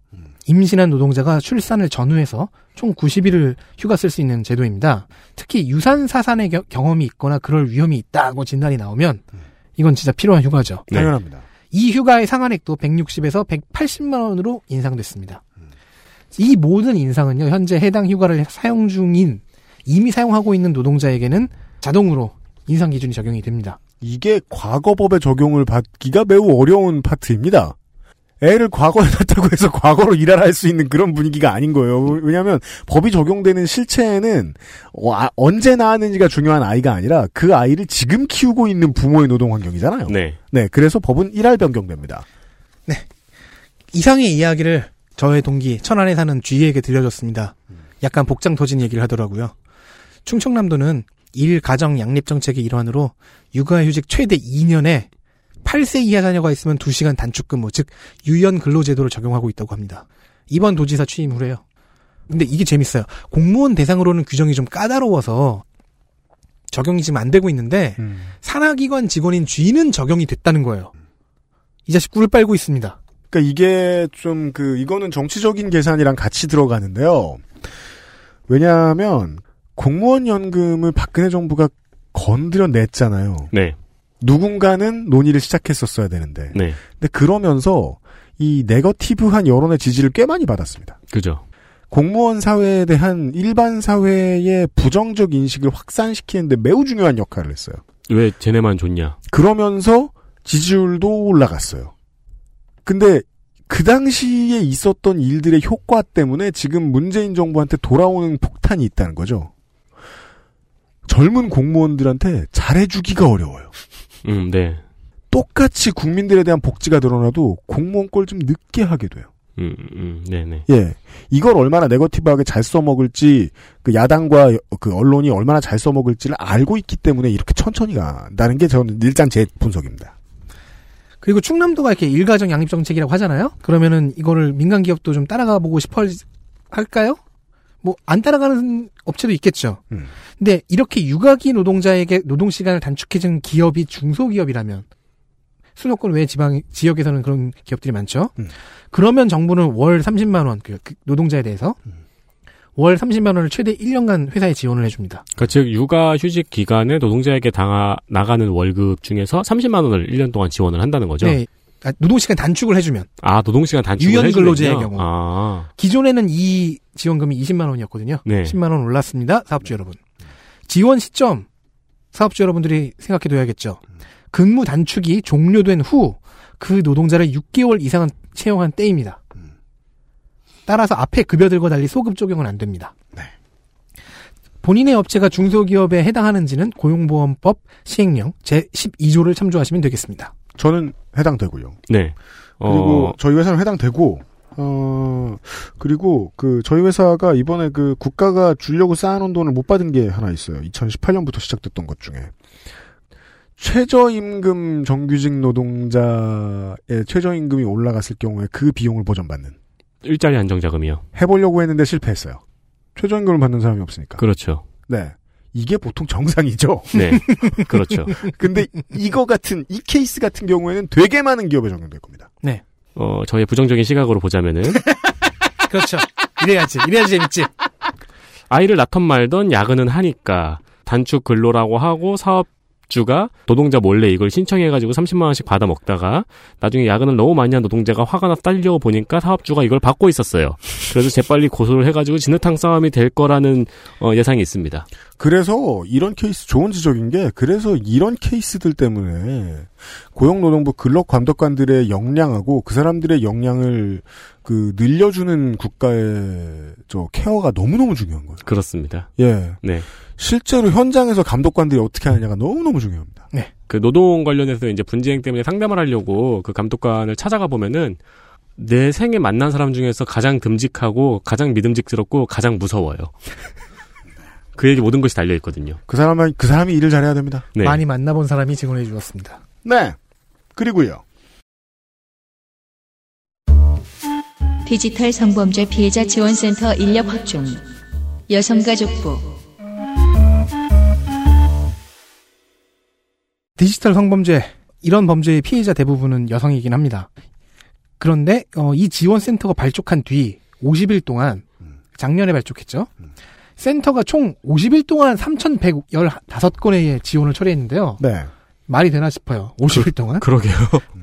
Speaker 3: 임신한 노동자가 출산을 전후해서 총 90일을 휴가 쓸 수 있는 제도입니다. 특히 유산 사산의 겨- 경험이 있거나 그럴 위험이 있다고 진단이 나오면 이건 진짜 필요한 휴가죠.
Speaker 4: 네.
Speaker 2: 당연합니다.
Speaker 3: 이 휴가의 상한액도 160에서 180만 원으로 인상됐습니다. 이 모든 인상은요, 현재 해당 휴가를 사용 중인 이미 사용하고 있는 노동자에게는 자동으로 인상 기준이 적용이 됩니다.
Speaker 2: 이게 과거법의 적용을 받기가 매우 어려운 파트입니다. 애를 과거에 낳았다고 해서 과거로 일하라 할 수 있는 그런 분위기가 아닌 거예요. 왜냐하면 법이 적용되는 실체는 어, 아, 언제 낳았는지가 중요한 아이가 아니라 그 아이를 지금 키우고 있는 부모의 노동 환경이잖아요.
Speaker 4: 네.
Speaker 2: 네, 그래서 법은 일할 변경됩니다.
Speaker 3: 이상의 이야기를 저의 동기 천안에 사는 쥐에게 들려줬습니다. 약간 복장 터진 얘기를 하더라고요. 충청남도는 일 가정 양립 정책의 일환으로 육아휴직 최대 2년에 8세 이하 자녀가 있으면 2시간 단축 근무, 즉 유연 근로 제도를 적용하고 있다고 합니다. 이번 도지사 취임 후래요. 근데 이게 재밌어요. 공무원 대상으로는 규정이 좀 까다로워서 적용이 지금 안 되고 있는데 산하기관 직원인 쥐는 적용이 됐다는 거예요. 이 자식 꿀 빨고 있습니다.
Speaker 2: 그러니까 이게 좀 그 이거는 정치적인 계산이랑 같이 들어가는데요. 왜냐하면 공무원 연금을 박근혜 정부가 건드려 냈잖아요.
Speaker 4: 네.
Speaker 2: 누군가는 논의를 시작했었어야 되는데.
Speaker 4: 네.
Speaker 2: 근데 그러면서 이 네거티브한 여론의 지지를 꽤 많이 받았습니다.
Speaker 4: 그죠.
Speaker 2: 공무원 사회에 대한 일반 사회의 부정적 인식을 확산시키는데 매우 중요한 역할을 했어요.
Speaker 4: 왜 쟤네만 좋냐.
Speaker 2: 그러면서 지지율도 올라갔어요. 근데 그 당시에 있었던 일들의 효과 때문에 지금 문재인 정부한테 돌아오는 폭탄이 있다는 거죠. 젊은 공무원들한테 잘해주기가 어려워요.
Speaker 4: 음, 네.
Speaker 2: 똑같이 국민들에 대한 복지가 드러나도 공무원 꼴 좀 늦게 하게 돼요.
Speaker 4: 음, 음, 네네.
Speaker 2: 예. 이걸 얼마나 네거티브하게 잘 써먹을지, 그 야당과 여- 그 언론이 얼마나 잘 써먹을지를 알고 있기 때문에 이렇게 천천히 간다는 게 저는 일단 제 분석입니다.
Speaker 3: 그리고 충남도가 이렇게 일가정 양립 정책이라고 하잖아요. 그러면은 이거를 민간 기업도 좀 따라가 보고 싶어 할까요? 뭐 안 따라가는 업체도 있겠죠.
Speaker 2: 음.
Speaker 3: 근데 이렇게 육아기 노동자에게 노동 시간을 단축해준 기업이 중소기업이라면 수도권 외 지방 지역에서는 그런 기업들이 많죠.
Speaker 2: 음.
Speaker 3: 그러면 정부는 월 30만 원 그- 그 노동자에 대해서
Speaker 2: 음.
Speaker 3: 월 30만 원을 최대 1년간 회사에 지원을 해줍니다.
Speaker 4: 그러니까 즉 육아 휴직 기간에 노동자에게 당하 나가는 월급 중에서 30만 원을 1년 동안 지원을 한다는 거죠.
Speaker 3: 네. 아, 노동 시간 단축을 해주면
Speaker 4: 아 노동 시간 단축을
Speaker 3: 유연
Speaker 4: 해주면요?
Speaker 3: 근로제의 경우.
Speaker 4: 아,
Speaker 3: 기존에는 이 지원금이 20만 원이었거든요.
Speaker 4: 네.
Speaker 3: 10만 원 올랐습니다. 사업주 여러분. 지원 시점 사업주 여러분들이 생각해 둬야겠죠. 근무 단축이 종료된 후 그 노동자를 6개월 이상은 채용한 때입니다. 따라서 앞에 급여들과 달리 소급 적용은 안 됩니다. 본인의 업체가 중소기업에 해당하는지는 고용보험법 시행령 제12조를 참조하시면 되겠습니다.
Speaker 2: 저는 해당되고요.
Speaker 4: 네. 어,
Speaker 2: 그리고 저희 회사는 해당되고, 어, 그리고 그 저희 회사가 이번에 그 국가가 주려고 쌓아놓은 돈을 못 받은 게 하나 있어요. 2018년부터 시작됐던 것 중에. 최저임금 정규직 노동자의 최저임금이 올라갔을 경우에 그 비용을 보전받는.
Speaker 4: 일자리 안정자금이요.
Speaker 3: 그러니까.
Speaker 2: 해보려고 했는데 실패했어요. 최저임금을 받는 사람이 없으니까.
Speaker 4: 그렇죠.
Speaker 2: 네. 이게 보통 정상이죠.
Speaker 4: 네. 그렇죠.
Speaker 2: 근데 이거 같은, 이 케이스 같은 경우에는 되게 많은 기업에 적용될 겁니다.
Speaker 4: 어 저의 부정적인 시각으로 보자면은
Speaker 3: 그렇죠. 이래야지. 이래야지 재밌지.
Speaker 4: 아이를 낳던 말던 야근은 하니까 단축 근로라고 하고 사업주가 노동자 몰래 이걸 신청해가지고 30만 원씩 받아 먹다가 나중에 야근을 너무 많이 한 노동자가 화가 나서 딸려고 보니까 사업주가 이걸 받고 있었어요. 그래서 재빨리 고소를 해가지고 진흙탕 싸움이 될 거라는 어, 예상이 있습니다.
Speaker 2: 그래서 이런 케이스 좋은 지적인 게 그래서 이런 케이스들 때문에 고용노동부 근로감독관들의 역량하고 그 사람들의 역량을 그 늘려주는 국가의 저 케어가 너무너무 중요한 거예요.
Speaker 4: 그렇습니다.
Speaker 2: 예,
Speaker 4: 네.
Speaker 2: 실제로 현장에서 감독관들이 어떻게 하느냐가 너무너무 중요합니다.
Speaker 4: 그 노동 관련해서 이제 분쟁 때문에 상담을 하려고 그 감독관을 찾아가 보면은 내 생에 만난 사람 중에서 가장 듬직하고 가장 믿음직스럽고 가장 무서워요. 그에게 모든 것이 달려 있거든요.
Speaker 2: 그 사람은 그 사람이 일을 잘해야 됩니다.
Speaker 4: 네.
Speaker 3: 많이 만나본 사람이 증언해 주었습니다.
Speaker 2: 네. 그리고요.
Speaker 1: 디지털 성범죄 피해자 지원센터 인력 확충. 여성가족부.
Speaker 3: 디지털 성범죄 이런 범죄의 피해자 대부분은 여성이긴 합니다. 그런데 어, 이 지원센터가 발족한 뒤 50일 동안 작년에 발족했죠. 센터가 총 50일 동안 3,115건의 지원을 처리했는데요.
Speaker 2: 네.
Speaker 3: 말이 되나 싶어요. 50일 동안.
Speaker 4: 그러게요.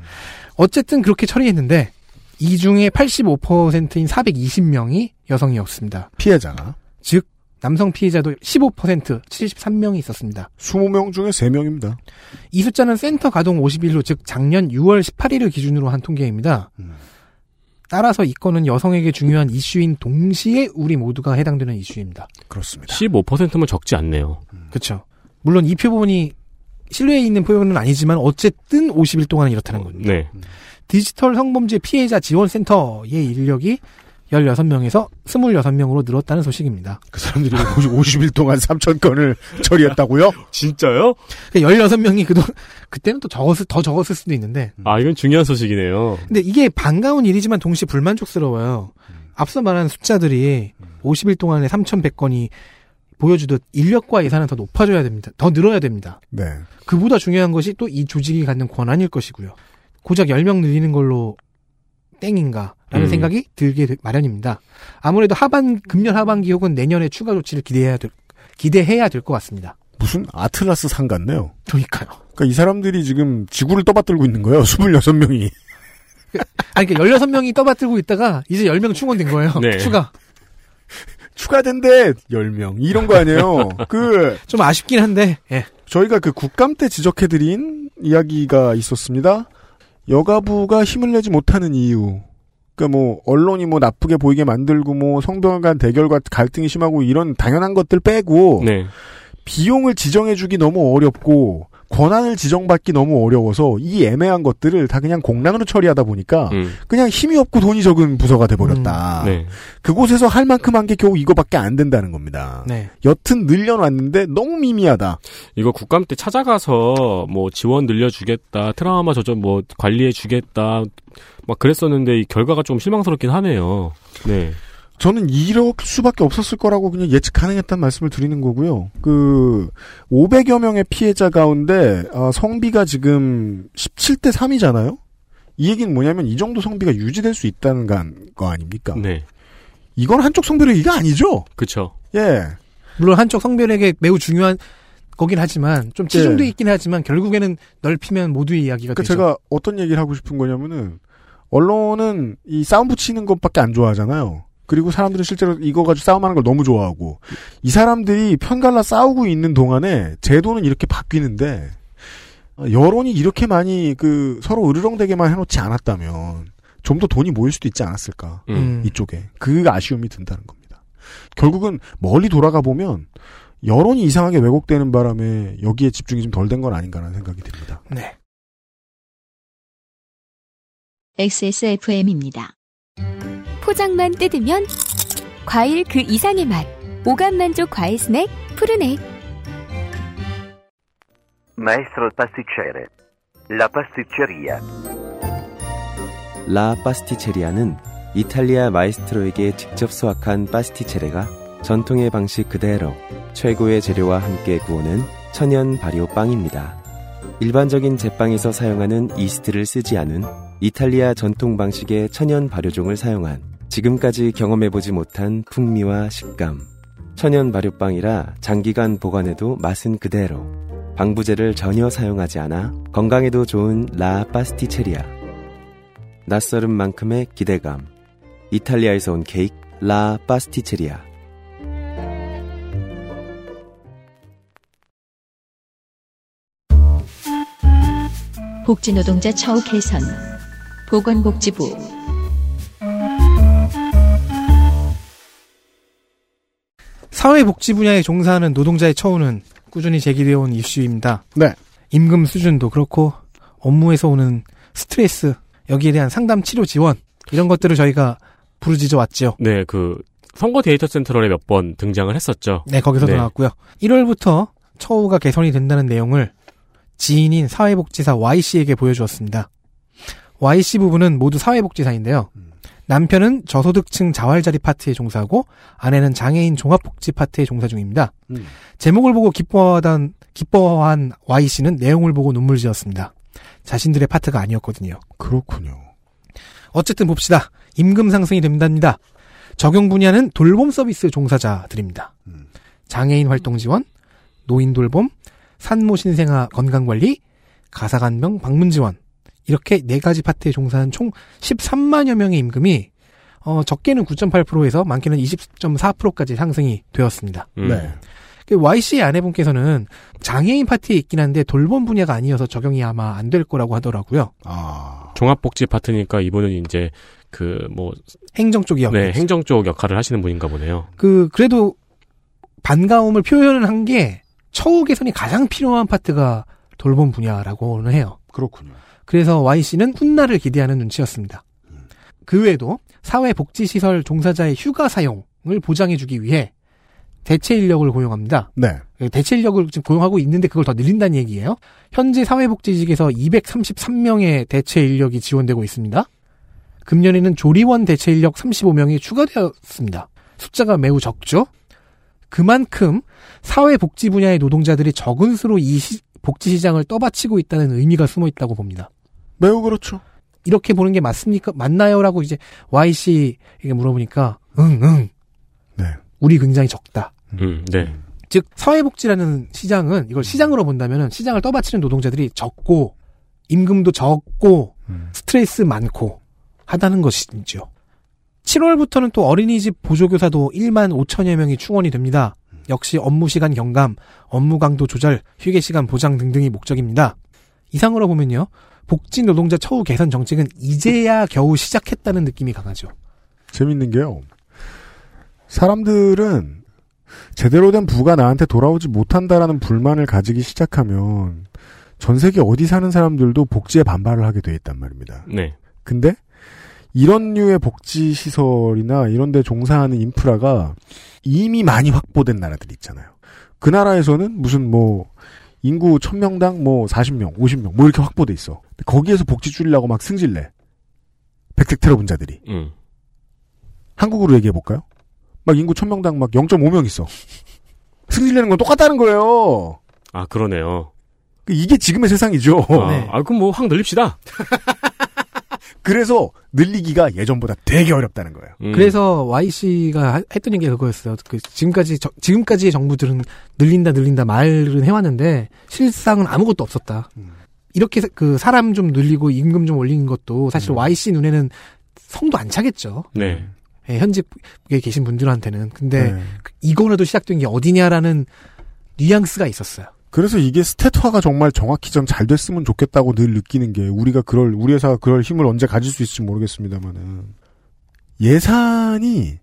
Speaker 3: 어쨌든 그렇게 처리했는데 이 중에 85%인 420명이 여성이었습니다.
Speaker 2: 피해자가
Speaker 3: 즉 남성 피해자도 15% 73명이 있었습니다.
Speaker 2: 20명 중에 3명입니다.
Speaker 3: 이 숫자는 센터 가동 50일로 즉 작년 6월 18일을 기준으로 한 통계입니다. 따라서 이 건은 여성에게 중요한 이슈인 동시에 우리 모두가 해당되는 이슈입니다.
Speaker 2: 그렇습니다.
Speaker 4: 15%면 적지 않네요.
Speaker 3: 그렇죠. 물론 이 표본이 신뢰에 있는 표현은 아니지만 어쨌든 50일 동안 이렇다는 겁니다.
Speaker 4: 네.
Speaker 3: 디지털 성범죄 피해자 지원센터의 인력이 16명에서 26명으로 늘었다는 소식입니다.
Speaker 2: 그 사람들이 50일 동안 3천 건을 처리했다고요?
Speaker 4: 진짜요?
Speaker 3: 그 16명이 그동 그때는 또 적었을 더 적었을 수도 있는데
Speaker 4: 아, 이건 중요한 소식이네요.
Speaker 3: 근데 이게 반가운 일이지만 동시에 불만족스러워요. 앞서 말한 숫자들이 50일 동안에 3,100건이 보여주듯 인력과 예산은 더 높아져야 됩니다. 더 늘어야 됩니다.
Speaker 2: 네.
Speaker 3: 그보다 중요한 것이 또 이 조직이 갖는 권한일 것이고요. 고작 10명 늘리는 걸로 땡인가? 라는
Speaker 4: 음.
Speaker 3: 생각이 들게 되- 마련입니다. 아무래도 하반, 금년 하반기 혹은 내년에 추가 조치를 기대해야 될, 기대해야 될 것 같습니다.
Speaker 2: 무슨 아틀라스 상 같네요.
Speaker 3: 그러니까요.
Speaker 2: 그러니까 이 사람들이 지금 지구를 떠받들고 있는 거예요. 26명이.
Speaker 3: 아니, 그러니까 16명이 떠받들고 있다가 이제 10명 충원된 거예요.
Speaker 4: 네.
Speaker 3: 추가.
Speaker 2: 추가된데 10명. 이런 거 아니에요. 그
Speaker 3: 좀 아쉽긴 한데, 예.
Speaker 2: 저희가 그 국감 때 지적해드린 이야기가 있었습니다. 여가부가 힘을 내지 못하는 이유. 그러니까 뭐 언론이 뭐 나쁘게 보이게 만들고 뭐 성별 간 대결과 갈등이 심하고 이런 당연한 것들
Speaker 3: 뭐.
Speaker 2: 빼고
Speaker 4: 네.
Speaker 2: 비용을 지정해주기 너무 어렵고 권한을 지정받기 너무 어려워서 이 애매한 것들을 다 그냥 공랑으로 처리하다
Speaker 3: 아,
Speaker 2: 보니까
Speaker 4: 음,
Speaker 2: 그냥 힘이 없고 돈이 적은 부서가 돼버렸다.
Speaker 4: 네.
Speaker 2: 그곳에서 할 만큼 한 게 겨우 이거밖에 안 된다는 겁니다.
Speaker 3: 네.
Speaker 2: 여튼 늘려놨는데 너무 미미하다.
Speaker 4: 이거 국감 때 찾아가서 뭐 지원 늘려주겠다, 트라우마 저점 뭐 관리해주겠다, 막 그랬었는데 이 결과가 좀 실망스럽긴 하네요. 네.
Speaker 2: 저는 이럴 수밖에 없었을 거라고 그냥 예측 가능했다는 말씀을 드리는 거고요. 그 500여 명의 피해자 가운데 아, 성비가 지금 17대 3이잖아요. 이 얘기는 뭐냐면 이 정도 성비가 유지될 수 있다는 간- 거 아닙니까?
Speaker 4: 네.
Speaker 2: 이건 한쪽 성별의 얘기가 아니죠.
Speaker 4: 그쵸.
Speaker 2: 예.
Speaker 3: 물론 한쪽 성별에게 매우 중요한 거긴 하지만 좀 치중돼
Speaker 2: 네.
Speaker 3: 있긴 하지만 결국에는 넓히면 모두의 이야기가
Speaker 2: 그러니까
Speaker 3: 되죠.
Speaker 2: 제가 어떤 얘기를 하고 싶은 거냐면은 언론은 이 싸움 붙이는 것밖에 안 좋아하잖아요. 그리고 사람들은 실제로 이거 가지고 싸움하는 걸 너무 좋아하고 이 사람들이 편갈라 싸우고 있는 동안에 제도는 이렇게 바뀌는데 어, 여론이 이렇게 많이 그 서로 으르렁대게만 해놓지 않았다면 좀 더 돈이 모일 수도 있지 않았을까
Speaker 4: 음.
Speaker 3: 음.
Speaker 2: 이쪽에 그 아쉬움이 든다는 겁니다. 결국은 멀리 돌아가 보면 여론이 이상하게 왜곡되는 바람에 여기에 집중이 좀 덜 된 건 아닌가라는 생각이 듭니다.
Speaker 3: 네.
Speaker 1: XSFM입니다.
Speaker 5: 포장만 뜯으면 과일 그 이상의 맛. 오감 만족 과일 스낵 푸르넥.
Speaker 7: Maestro pasticcere. La pasticceria.
Speaker 6: 라 파스티체리아는 이탈리아 마이스트로에게 직접 수확한 파스티체레가 전통의 방식 그대로 최고의 재료와 함께 구우는 천연 발효 빵입니다. 일반적인 제빵에서 사용하는 이스트를 쓰지 않은 이탈리아 전통 방식의 천연 발효종을 사용한 지금까지 경험해보지 못한 풍미와 식감. 천연 발효빵이라 장기간 보관해도 맛은 그대로 방부제를 전혀 사용하지 않아 건강에도 좋은 라 파스티체리아. 낯설은 만큼의 기대감. 이탈리아에서 온 케이크 라 파스티체리아.
Speaker 1: 복지노동자 처우 개선. 보건복지부.
Speaker 3: 사회복지 분야에 종사하는 노동자의 처우는 꾸준히 제기되어 온 이슈입니다.
Speaker 2: 네.
Speaker 3: 임금 수준도 그렇고 업무에서 오는 스트레스 여기에 대한 상담 치료 지원 이런 것들을 저희가 부르짖어 왔지요.
Speaker 4: 네, 그 선거 데이터 센트럴에 몇 번 등장을 했었죠.
Speaker 3: 네, 거기서도
Speaker 4: 네.
Speaker 3: 나왔고요. 1월부터 처우가 개선이 된다는 내용을 지인인 사회복지사 Y씨에게 보여주었습니다. Y씨 부부는 모두 사회복지사인데요. 남편은 저소득층 자활자리 파트에 종사하고 아내는 장애인 종합복지 파트에 종사 중입니다.
Speaker 2: 음.
Speaker 3: 제목을 보고 기뻐하던 기뻐한 Y씨는 내용을 보고 눈물 지었습니다. 자신들의 파트가 아니었거든요.
Speaker 2: 그렇군요.
Speaker 3: 어쨌든 봅시다. 임금 상승이 됩니다. 적용 분야는 돌봄 서비스 종사자들입니다.
Speaker 2: 음.
Speaker 3: 장애인 활동 지원, 노인 돌봄, 산모 신생아 건강 관리, 가사간병 방문 지원. 이렇게 네 가지 파트에 종사한 총 13만여 명의 임금이 어, 적게는 9.8%에서 많게는 20.4%까지 상승이 되었습니다.
Speaker 4: 음.
Speaker 2: 네.
Speaker 3: YC 아내분께서는 장애인 파티에 있긴 한데 돌봄 분야가 아니어서 적용이 아마 안 될 거라고 하더라고요.
Speaker 2: 아,
Speaker 4: 종합복지 파트니까 이분은 이제 그 뭐
Speaker 3: 행정 쪽이 요
Speaker 4: 네, 행정 쪽 역할을 하시는 분인가 보네요.
Speaker 3: 그 그래도 반가움을 표현을 한 게 처우 개선이 가장 필요한 파트가 돌봄 분야라고는 해요.
Speaker 2: 그렇군요.
Speaker 3: 그래서 Y 씨는 훗날을 기대하는 눈치였습니다. 그 외에도 사회복지시설 종사자의 휴가 사용을 보장해주기 위해 대체 인력을 고용합니다.
Speaker 2: 네.
Speaker 3: 예, 대체 인력을 지금 고용하고 있는데 그걸 더 늘린다는 얘기예요. 현재 사회복지직에서 233명의 대체 인력이 지원되고 있습니다. 금년에는 조리원 대체 인력 35명이 추가되었습니다. 숫자가 매우 적죠? 그만큼 사회복지 분야의 노동자들이 적은 수로 이 시- 복지 시장을 떠받치고 있다는 의미가 숨어 있다고 봅니다.
Speaker 2: 매우 그렇죠.
Speaker 3: 이렇게 보는 게 맞습니까? 맞나요?라고 이제 Y 씨에게 물어보니까 응, 응.
Speaker 2: 네.
Speaker 3: 우리 굉장히 적다.
Speaker 4: 음, 네.
Speaker 3: 즉 사회복지라는 시장은 이걸 시장으로 본다면은 시장을 떠받치는 노동자들이 적고 임금도 적고
Speaker 2: 음.
Speaker 3: 스트레스 많고 하다는 것이죠. 7월부터는 또 어린이집 보조교사도 1만 5천여 명이 충원이 됩니다. 역시 업무 시간 경감, 업무 강도 조절, 휴게 시간 보장 등등이 목적입니다. 이상으로 보면요. 복지 노동자 처우 개선 정책은 이제야 겨우 시작했다는 느낌이 강하죠.
Speaker 2: 재밌는 게요. 사람들은 제대로 된 부가 나한테 돌아오지 못한다라는 불만을 가지기 시작하면 전 세계 어디 사는 사람들도 복지에 반발을 하게 돼 있단 말입니다.
Speaker 4: 네.
Speaker 2: 근데 이런 류의 복지 시설이나 이런 데 종사하는 인프라가 이미 많이 확보된 나라들이 있잖아요. 그 나라에서는 무슨 뭐 인구 1000명당 뭐 40명, 50명 뭐 이렇게 확보돼 있어. 근데 거기에서 복지 줄이려고 막 승질내. 백색 테러 분자들이.
Speaker 4: 음.
Speaker 2: 한국으로 얘기해 볼까요? 막 인구 1000명당 막 0.5명 있어. 승질내는 건 똑같다는 거예요.
Speaker 4: 아, 그러네요.
Speaker 2: 그 이게 지금의 세상이죠.
Speaker 4: 아,
Speaker 3: 네.
Speaker 4: 아, 그럼 뭐 확 늘립시다.
Speaker 2: 그래서 늘리기가 예전보다 되게 어렵다는 거예요.
Speaker 4: 음.
Speaker 3: 그래서 Y 씨가 했던 게 그거였어요. 그 지금까지 저- 지금까지의 정부들은 늘린다 늘린다 말은 해왔는데 실상은 아무것도 없었다. 이렇게 사- 그 사람 좀 늘리고 임금 좀 올리는 것도 사실 Y 씨 눈에는 성도 안 차겠죠.
Speaker 2: 음.
Speaker 4: 네.
Speaker 3: 예, 현직에 계신 분들한테는 근데
Speaker 2: 네.
Speaker 3: 그- 이거라도 시작된 게 어디냐라는 뉘앙스가 있었어요.
Speaker 2: 그래서 이게 스탯화가 정말 정확히 좀 잘 됐으면 좋겠다고 늘 느끼는 게 우리가 그럴 우리 회사가 그럴 힘을 언제 가질 수 있을지 모르겠습니다만은 예산이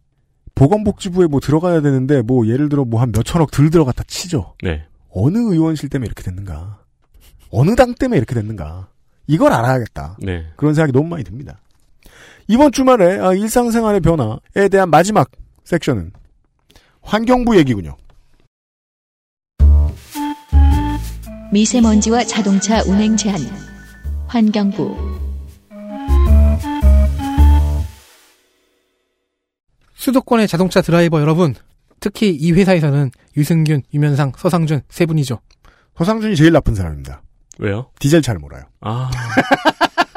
Speaker 2: 보건복지부에 뭐 들어가야 되는데 뭐 예를 들어 뭐 한 몇천억 들 들어갔다 치죠.
Speaker 4: 네.
Speaker 2: 어느 의원실 때문에 이렇게 됐는가? 어느 당 때문에 이렇게 됐는가? 이걸 알아야겠다.
Speaker 4: 네.
Speaker 2: 그런 생각이 너무 많이 듭니다. 이번 주말에 아, 일상생활의 변화에 대한 마지막 섹션은 환경부 얘기군요.
Speaker 1: 미세먼지와 자동차 운행 제한. 환경부.
Speaker 3: 수도권의 자동차 드라이버 여러분, 특히 이 회사에서는 유승균, 유면상, 서상준 세 분이죠.
Speaker 2: 서상준이 제일 나쁜 사람입니다.
Speaker 4: 왜요?
Speaker 2: 디젤 잘 몰아요.
Speaker 4: 아.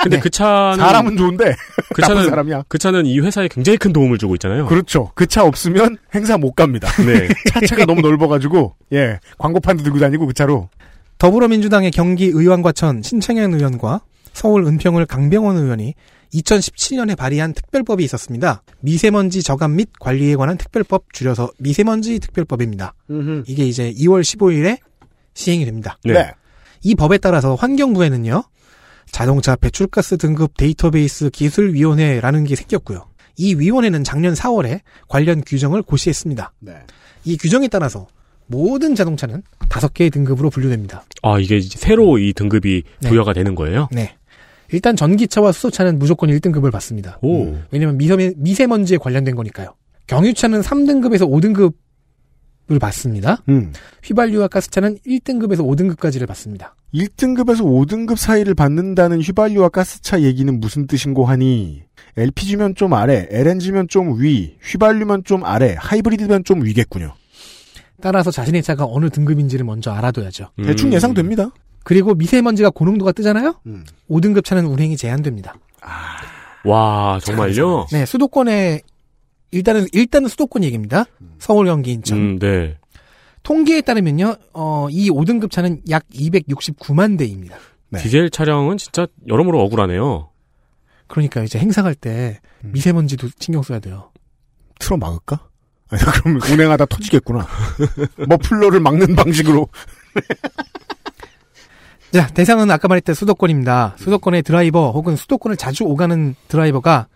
Speaker 4: 근데
Speaker 3: 네.
Speaker 4: 그 차는
Speaker 2: 사람은 좋은데
Speaker 4: 그
Speaker 2: 나쁜
Speaker 4: 차는
Speaker 2: 사람이야.
Speaker 4: 그 차는 이 회사에 굉장히 큰 도움을 주고 있잖아요.
Speaker 2: 그렇죠. 그 차 없으면 행사 못 갑니다. 그
Speaker 4: 네.
Speaker 2: 차체가 너무 넓어가지고 예 광고판도 들고 다니고 그 차로
Speaker 3: 더불어민주당의 경기 의원과천 신창현 의원과 서울 은평을 강병원 의원이 2017년에 발의한 특별법이 있었습니다. 미세먼지 저감 및 관리에 관한 특별법 줄여서 미세먼지 특별법입니다. 이게 이제 2월 15일에 시행이 됩니다.
Speaker 4: 네.
Speaker 3: 이 법에 따라서 환경부에는요. 자동차 배출가스 등급 데이터베이스 기술위원회라는 게 생겼고요. 이 위원회는 작년 4월에 관련 규정을 고시했습니다. 이 규정에 따라서 모든 자동차는 5개의 등급으로 분류됩니다.
Speaker 4: 아, 이게 이제 새로 이 등급이
Speaker 3: 네.
Speaker 4: 부여가 되는 거예요?
Speaker 3: 네. 일단 전기차와 수소차는 무조건 1등급을 받습니다.
Speaker 4: 오.
Speaker 2: 음.
Speaker 3: 왜냐면 미세, 미세먼지에 관련된 거니까요. 경유차는 3등급에서 5등급을 받습니다.
Speaker 2: 음.
Speaker 3: 휘발유와 가스차는 1등급에서 5등급까지를 받습니다.
Speaker 2: 1등급에서 5등급 사이를 받는다는 휘발유와 가스차 얘기는 무슨 뜻인고 하니 LPG면 좀 아래, LNG면 좀 위, 휘발유면 좀 아래, 하이브리드면 좀 위겠군요.
Speaker 3: 따라서 자신의 차가 어느 등급인지를 먼저 알아둬야죠.
Speaker 4: 음.
Speaker 2: 대충 예상됩니다.
Speaker 3: 그리고 미세먼지가 고농도가 뜨잖아요?
Speaker 2: 음.
Speaker 3: 5등급 차는 운행이 제한됩니다.
Speaker 4: 와, 정말요?
Speaker 3: 네, 수도권에, 일단은, 일단은 수도권 얘기입니다. 서울, 경기, 인천.
Speaker 4: 음, 네.
Speaker 3: 통계에 따르면요, 어, 이 5등급 차는 약 269만 대입니다.
Speaker 2: 네.
Speaker 4: 디젤 차량은 진짜 여러모로 억울하네요.
Speaker 3: 그러니까 이제 행사 갈 때
Speaker 2: 음.
Speaker 3: 미세먼지도 신경 써야 돼요.
Speaker 2: 틀어 막을까? 아니, 그럼 운행하다 터지겠구나. 머플러를 막는 방식으로.
Speaker 3: 자, 대상은 아까 말했던 수도권입니다. 수도권의 드라이버 혹은 수도권을 자주 오가는 드라이버가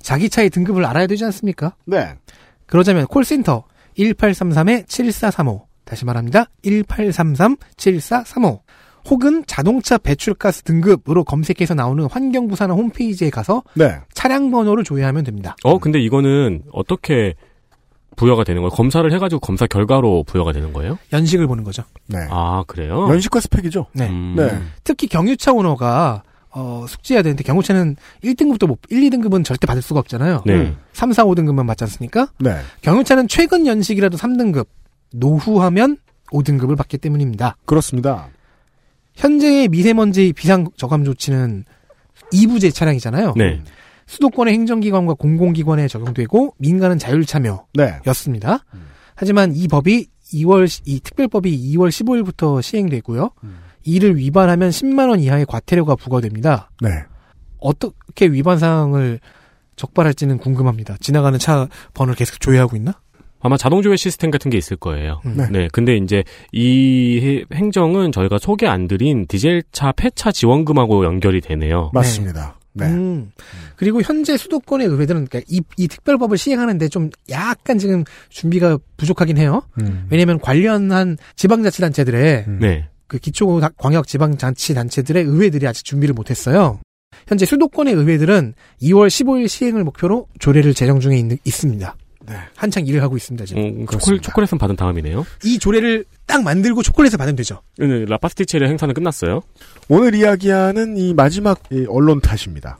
Speaker 3: 자기 차의 등급을 알아야 되지 않습니까?
Speaker 2: 네.
Speaker 3: 그러자면 콜센터 1833-7435 다시 말합니다. 1833-7435 혹은 자동차 배출가스 등급으로 검색해서 나오는 환경부산화 홈페이지에 가서
Speaker 2: 네.
Speaker 3: 차량 번호를 조회하면 됩니다.
Speaker 2: 음.
Speaker 4: 어, 근데 이거는 어떻게 부여가 되는 거예요? 검사를 해가지고 검사 결과로 부여가 되는 거예요?
Speaker 3: 연식을 보는 거죠.
Speaker 2: 네.
Speaker 4: 아, 그래요?
Speaker 2: 연식과 스펙이죠.
Speaker 3: 네.
Speaker 4: 음.
Speaker 2: 네.
Speaker 3: 특히 경유차 오너가 어, 숙지해야 되는데 경유차는 1등급도 못 1, 2등급은 절대 받을 수가 없잖아요.
Speaker 4: 네.
Speaker 2: 음.
Speaker 3: 3, 4, 5등급만 받지 않습니까?
Speaker 2: 네.
Speaker 3: 경유차는 최근 연식이라도 3등급, 노후하면 5등급을 받기 때문입니다.
Speaker 2: 그렇습니다.
Speaker 3: 현재의 미세먼지 비상 저감 조치는 2부제 차량이잖아요.
Speaker 4: 네.
Speaker 3: 수도권의 행정기관과 공공기관에 적용되고 민간은 자율참여였습니다.
Speaker 2: 네.
Speaker 4: 음.
Speaker 3: 하지만 이 법이 2월 시- 이 특별법이 2월 15일부터 시행되고요.
Speaker 4: 음.
Speaker 3: 이를 위반하면 10만 원 이하의 과태료가 부과됩니다.
Speaker 2: 네.
Speaker 3: 어떻게 위반 사항을 적발할지는 궁금합니다. 지나가는 차 번호를 계속 조회하고 있나?
Speaker 4: 아마 자동조회 시스템 같은 게 있을 거예요.
Speaker 3: 음.
Speaker 2: 네.
Speaker 4: 근데 이제 이 해- 행정은 저희가 소개 안 드린 디젤차 폐차 지원금하고 연결이 되네요.
Speaker 2: 맞습니다. 네.
Speaker 3: 음. 그리고 현재 수도권의 의회들은 그러니까 이, 이 특별법을 시행하는데 좀 약간 지금 준비가 부족하긴 해요.
Speaker 2: 음.
Speaker 3: 왜냐하면 관련한 지방자치단체들의
Speaker 2: 음.
Speaker 4: 네.
Speaker 3: 그 기초 다- 광역 지방자치 단체들의 의회들이 아직 준비를 못했어요. 현재 수도권의 의회들은 2월 15일 시행을 목표로 조례를 제정 중에 있, 습니다
Speaker 2: 네.
Speaker 3: 한창 일을 하고 있습니다. 지금
Speaker 4: 음, 초콜릿,
Speaker 2: 그렇습니다.
Speaker 4: 초콜릿은 받은 다음이네요.
Speaker 3: 이 조례를 딱 만들고 초콜릿을 받으면 되죠.
Speaker 4: 네, 라파스티체의 행사는 끝났어요.
Speaker 2: 오늘 이야기하는 이 마지막 이 언론 탓입니다.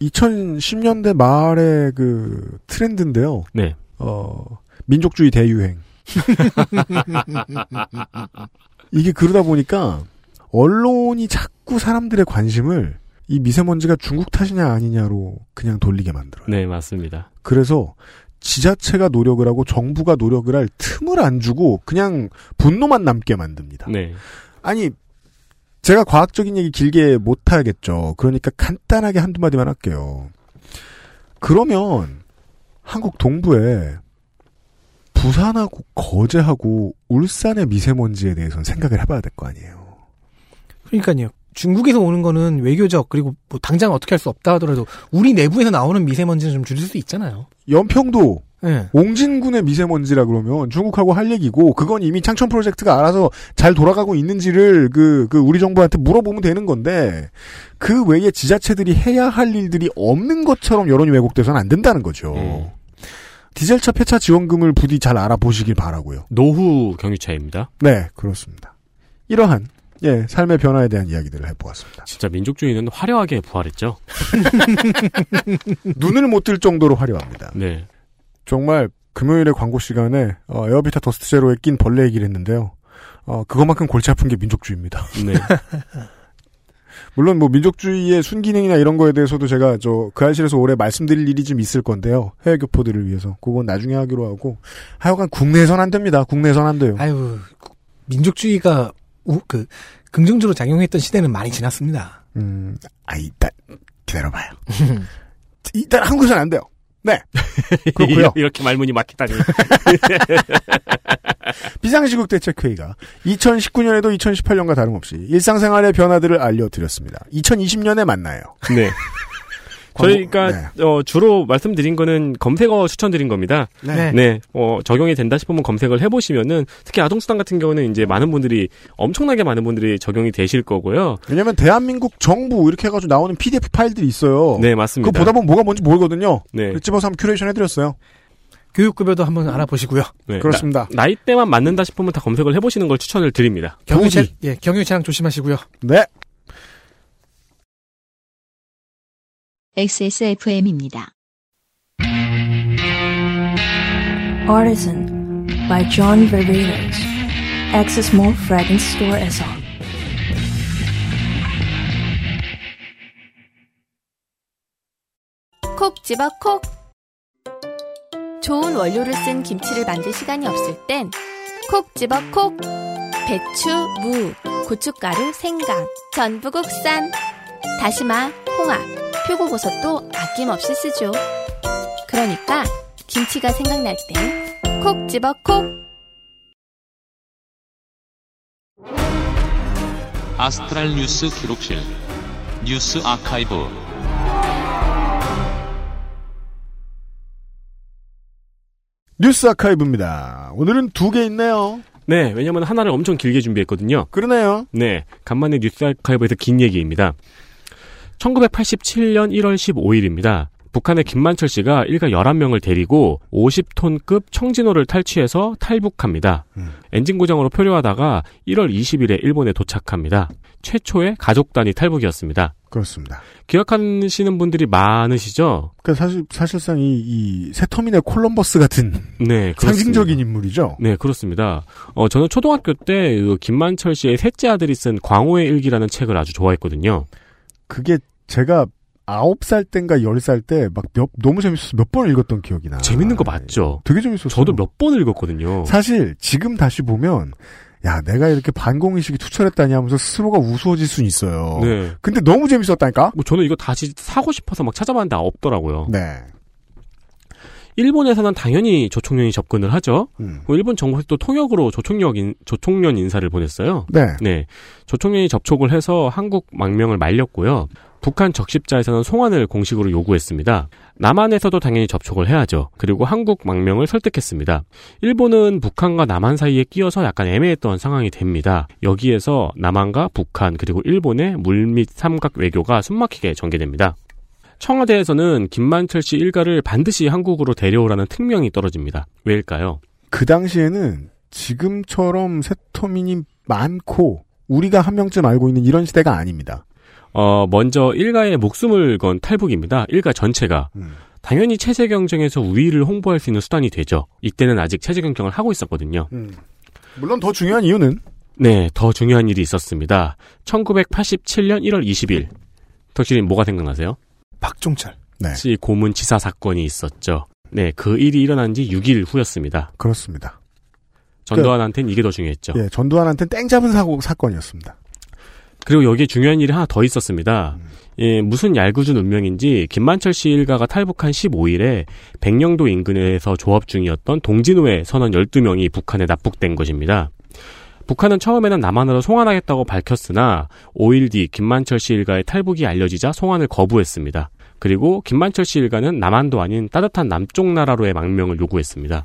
Speaker 2: 2010년대 말의 그 트렌드인데요.
Speaker 4: 네.
Speaker 2: 어, 민족주의 대유행. 이게 그러다 보니까 언론이 자꾸 사람들의 관심을 이 미세먼지가 중국 탓이냐 아니냐로 그냥 돌리게 만들어요.
Speaker 4: 네, 맞습니다.
Speaker 2: 그래서 지자체가 노력을 하고 정부가 노력을 할 틈을 안 주고 그냥 분노만 남게 만듭니다.
Speaker 4: 네.
Speaker 2: 아니 제가 과학적인 얘기 길게 못 하겠죠. 그러니까 간단하게 한두 마디만 할게요. 그러면 한국 동부에 부산하고 거제하고 울산의 미세먼지에 대해서는 생각을 해봐야 될 거 아니에요.
Speaker 3: 그러니까요. 중국에서 오는 거는 외교적 그리고 뭐 당장 어떻게 할 수 없다 하더라도 우리 내부에서 나오는 미세먼지는 좀 줄일 수 있잖아요.
Speaker 2: 연평도
Speaker 3: 예.
Speaker 2: 옹진군의 미세먼지라 그러면 중국하고 할 얘기고 그건 이미 창천 프로젝트가 알아서 잘 돌아가고 있는지를 그, 그 우리 정부한테 물어보면 되는 건데 그 외에 지자체들이 해야 할 일들이 없는 것처럼 여론이 왜곡돼서는 안 된다는 거죠.
Speaker 4: 음.
Speaker 2: 디젤차 폐차 지원금을 부디 잘 알아보시길 바라고요.
Speaker 4: 노후 경유차입니다.
Speaker 2: 네, 그렇습니다. 이러한 예, 삶의 변화에 대한 이야기들을 해보았습니다.
Speaker 4: 진짜 민족주의는 화려하게 부활했죠.
Speaker 2: 눈을 못 뜰 정도로 화려합니다.
Speaker 4: 네.
Speaker 2: 정말 금요일에 광고 시간에 어, 에어비타 더스트 제로에 낀 벌레 얘기를 했는데요. 어, 그것만큼 골치 아픈 게 민족주의입니다.
Speaker 4: 네.
Speaker 2: 물론 뭐 민족주의의 순기능이나 이런 거에 대해서도 제가 저 그 알실에서 올해 말씀드릴 일이 좀 있을 건데요. 해외 교포들을 위해서 그건 나중에 하기로 하고 하여간 국내선 안 됩니다. 국내선 안 돼요.
Speaker 3: 아유 그 민족주의가 우- 그 긍정적으로 작용했던 시대는 많이 지났습니다.
Speaker 2: 음, 아 일단 기다려봐요. 일단 한국선 안 돼요. 네, 그렇고요.
Speaker 4: 이렇게 말문이 막히다니.
Speaker 2: 비상시국 대책회의가 2019년에도 2018년과 다름없이 일상생활의 변화들을 알려드렸습니다. 2020년에 만나요.
Speaker 4: 네.
Speaker 2: 광고- 네.
Speaker 4: 저희가 어, 주로 말씀드린 거는 검색어 추천드린 겁니다.
Speaker 2: 네.
Speaker 3: 네.
Speaker 4: 네, 어, 적용이 된다 싶으면 검색을 해보시면은 특히 아동수당 같은 경우는 이제 많은 분들이 엄청나게 많은 분들이 적용이 되실 거고요.
Speaker 2: 왜냐면 대한민국 정부 이렇게 해가지고 나오는 PDF 파일들이 있어요.
Speaker 4: 네, 맞습니다.
Speaker 2: 그거 보다 보면 뭐가 뭔지 모르거든요.
Speaker 4: 네,
Speaker 2: 그래서 집어서 한번 큐레이션 해드렸어요.
Speaker 3: 교육급여도 한번 알아보시고요.
Speaker 4: 네.
Speaker 2: 그렇습니다.
Speaker 4: 나, 이대만 맞는다 싶으면 다 검색을 해보시는 걸 추천을 드립니다.
Speaker 3: 경유차,
Speaker 2: 동의.
Speaker 3: 예, 경유차랑 조심하시고요.
Speaker 2: 네.
Speaker 1: XSFM입니다.
Speaker 8: Artisan by John Varinos. Access Mall Fragrance Store SR.
Speaker 5: 콕 집어 콕. 좋은 원료를 쓴 김치를 만들 시간이 없을 땐 콕 집어 콕. 배추, 무, 고춧가루, 생강, 전부 국산, 다시마, 홍합, 표고버섯도 아낌없이 쓰죠. 그러니까 김치가 생각날 땐 콕 집어 콕
Speaker 9: 아스트랄 뉴스 기록실 뉴스 아카이브
Speaker 2: 뉴스 아카이브입니다. 오늘은 두 개 있네요.
Speaker 4: 네, 왜냐면 하나를 엄청 길게 준비했거든요.
Speaker 2: 그러네요.
Speaker 4: 네, 간만에 뉴스 아카이브에서 긴 얘기입니다. 1987년 1월 15일입니다. 북한의 김만철 씨가 일가 11명을 데리고 50톤급 청진호를 탈취해서 탈북합니다.
Speaker 2: 음.
Speaker 4: 엔진 고장으로 표류하다가 1월 20일에 일본에 도착합니다. 최초의 가족 단위 탈북이었습니다.
Speaker 2: 그렇습니다.
Speaker 4: 기억하시는 분들이 많으시죠?
Speaker 2: 그 사실 사실상 이이 세터민의 콜럼버스 같은
Speaker 4: 네, 그렇습니다.
Speaker 2: 상징적인 인물이죠.
Speaker 4: 네, 그렇습니다. 어, 저는 초등학교 때그 김만철 씨의 셋째 아들이 쓴 광호의 일기라는 책을 아주 좋아했거든요.
Speaker 2: 그게 제가 아홉 살 땐가 열 살 때 막 너무 재밌어서 몇 번 읽었던 기억이 나.
Speaker 4: 재밌는 거 맞죠?
Speaker 2: 되게 재밌었어요.
Speaker 4: 저도 몇 번 읽었거든요.
Speaker 2: 사실 지금 다시 보면 야 내가 이렇게 반공 의식이 투철했다니 하면서 스스로가 우스워질 순 있어요.
Speaker 4: 네.
Speaker 2: 근데 너무 재밌었다니까.
Speaker 4: 뭐 저는 이거 다시 사고 싶어서 막 찾아봤는데 없더라고요.
Speaker 2: 네.
Speaker 4: 일본에서는 당연히 조총련이 접근을 하죠.
Speaker 2: 음.
Speaker 4: 뭐 일본 정부에서 또 통역으로 조총력 인, 조총련 인사를 보냈어요.
Speaker 2: 네.
Speaker 4: 네. 조총련이 접촉을 해서 한국 망명을 말렸고요. 북한 적십자에서는 송환을 공식으로 요구했습니다. 남한에서도 당연히 접촉을 해야죠. 그리고 한국 망명을 설득했습니다. 일본은 북한과 남한 사이에 끼어서 약간 애매했던 상황이 됩니다. 여기에서 남한과 북한 그리고 일본의 물밑 삼각 외교가 숨막히게 전개됩니다. 청와대에서는 김만철 씨 일가를 반드시 한국으로 데려오라는 특명이 떨어집니다. 왜일까요?
Speaker 2: 그 당시에는 지금처럼 세터민이 많고 우리가 한 명쯤 알고 있는 이런 시대가 아닙니다.
Speaker 4: 어, 먼저 일가의 목숨을 건 탈북입니다. 일가 전체가.
Speaker 2: 음.
Speaker 4: 당연히 체제 경쟁에서 우위를 홍보할 수 있는 수단이 되죠. 이때는 아직 체제 경쟁을 하고 있었거든요.
Speaker 2: 음. 물론 더 중요한 이유는
Speaker 4: 네, 더 중요한 일이 있었습니다. 1987년 1월 20일. 덕실님 뭐가 생각나세요?
Speaker 3: 박종철.
Speaker 2: 네.
Speaker 4: 시 고문 치사 사건이 있었죠. 네, 그 일이 일어난 지 6일 후였습니다.
Speaker 2: 그렇습니다.
Speaker 4: 전두환한테는 이게 더 중요했죠.
Speaker 2: 예, 전두환한테 땡 잡은 사고 사건이었습니다.
Speaker 4: 그리고 여기에 중요한 일이 하나 더 있었습니다. 예, 무슨 얄궂은 운명인지 김만철 씨 일가가 탈북한 15일에 백령도 인근에서 조합 중이었던 동진호의 선원 12명이 북한에 납북된 것입니다. 북한은 처음에는 남한으로 송환하겠다고 밝혔으나 5일 뒤 김만철 씨 일가의 탈북이 알려지자 송환을 거부했습니다. 그리고 김만철 씨 일가는 남한도 아닌 따뜻한 남쪽 나라로의 망명을 요구했습니다.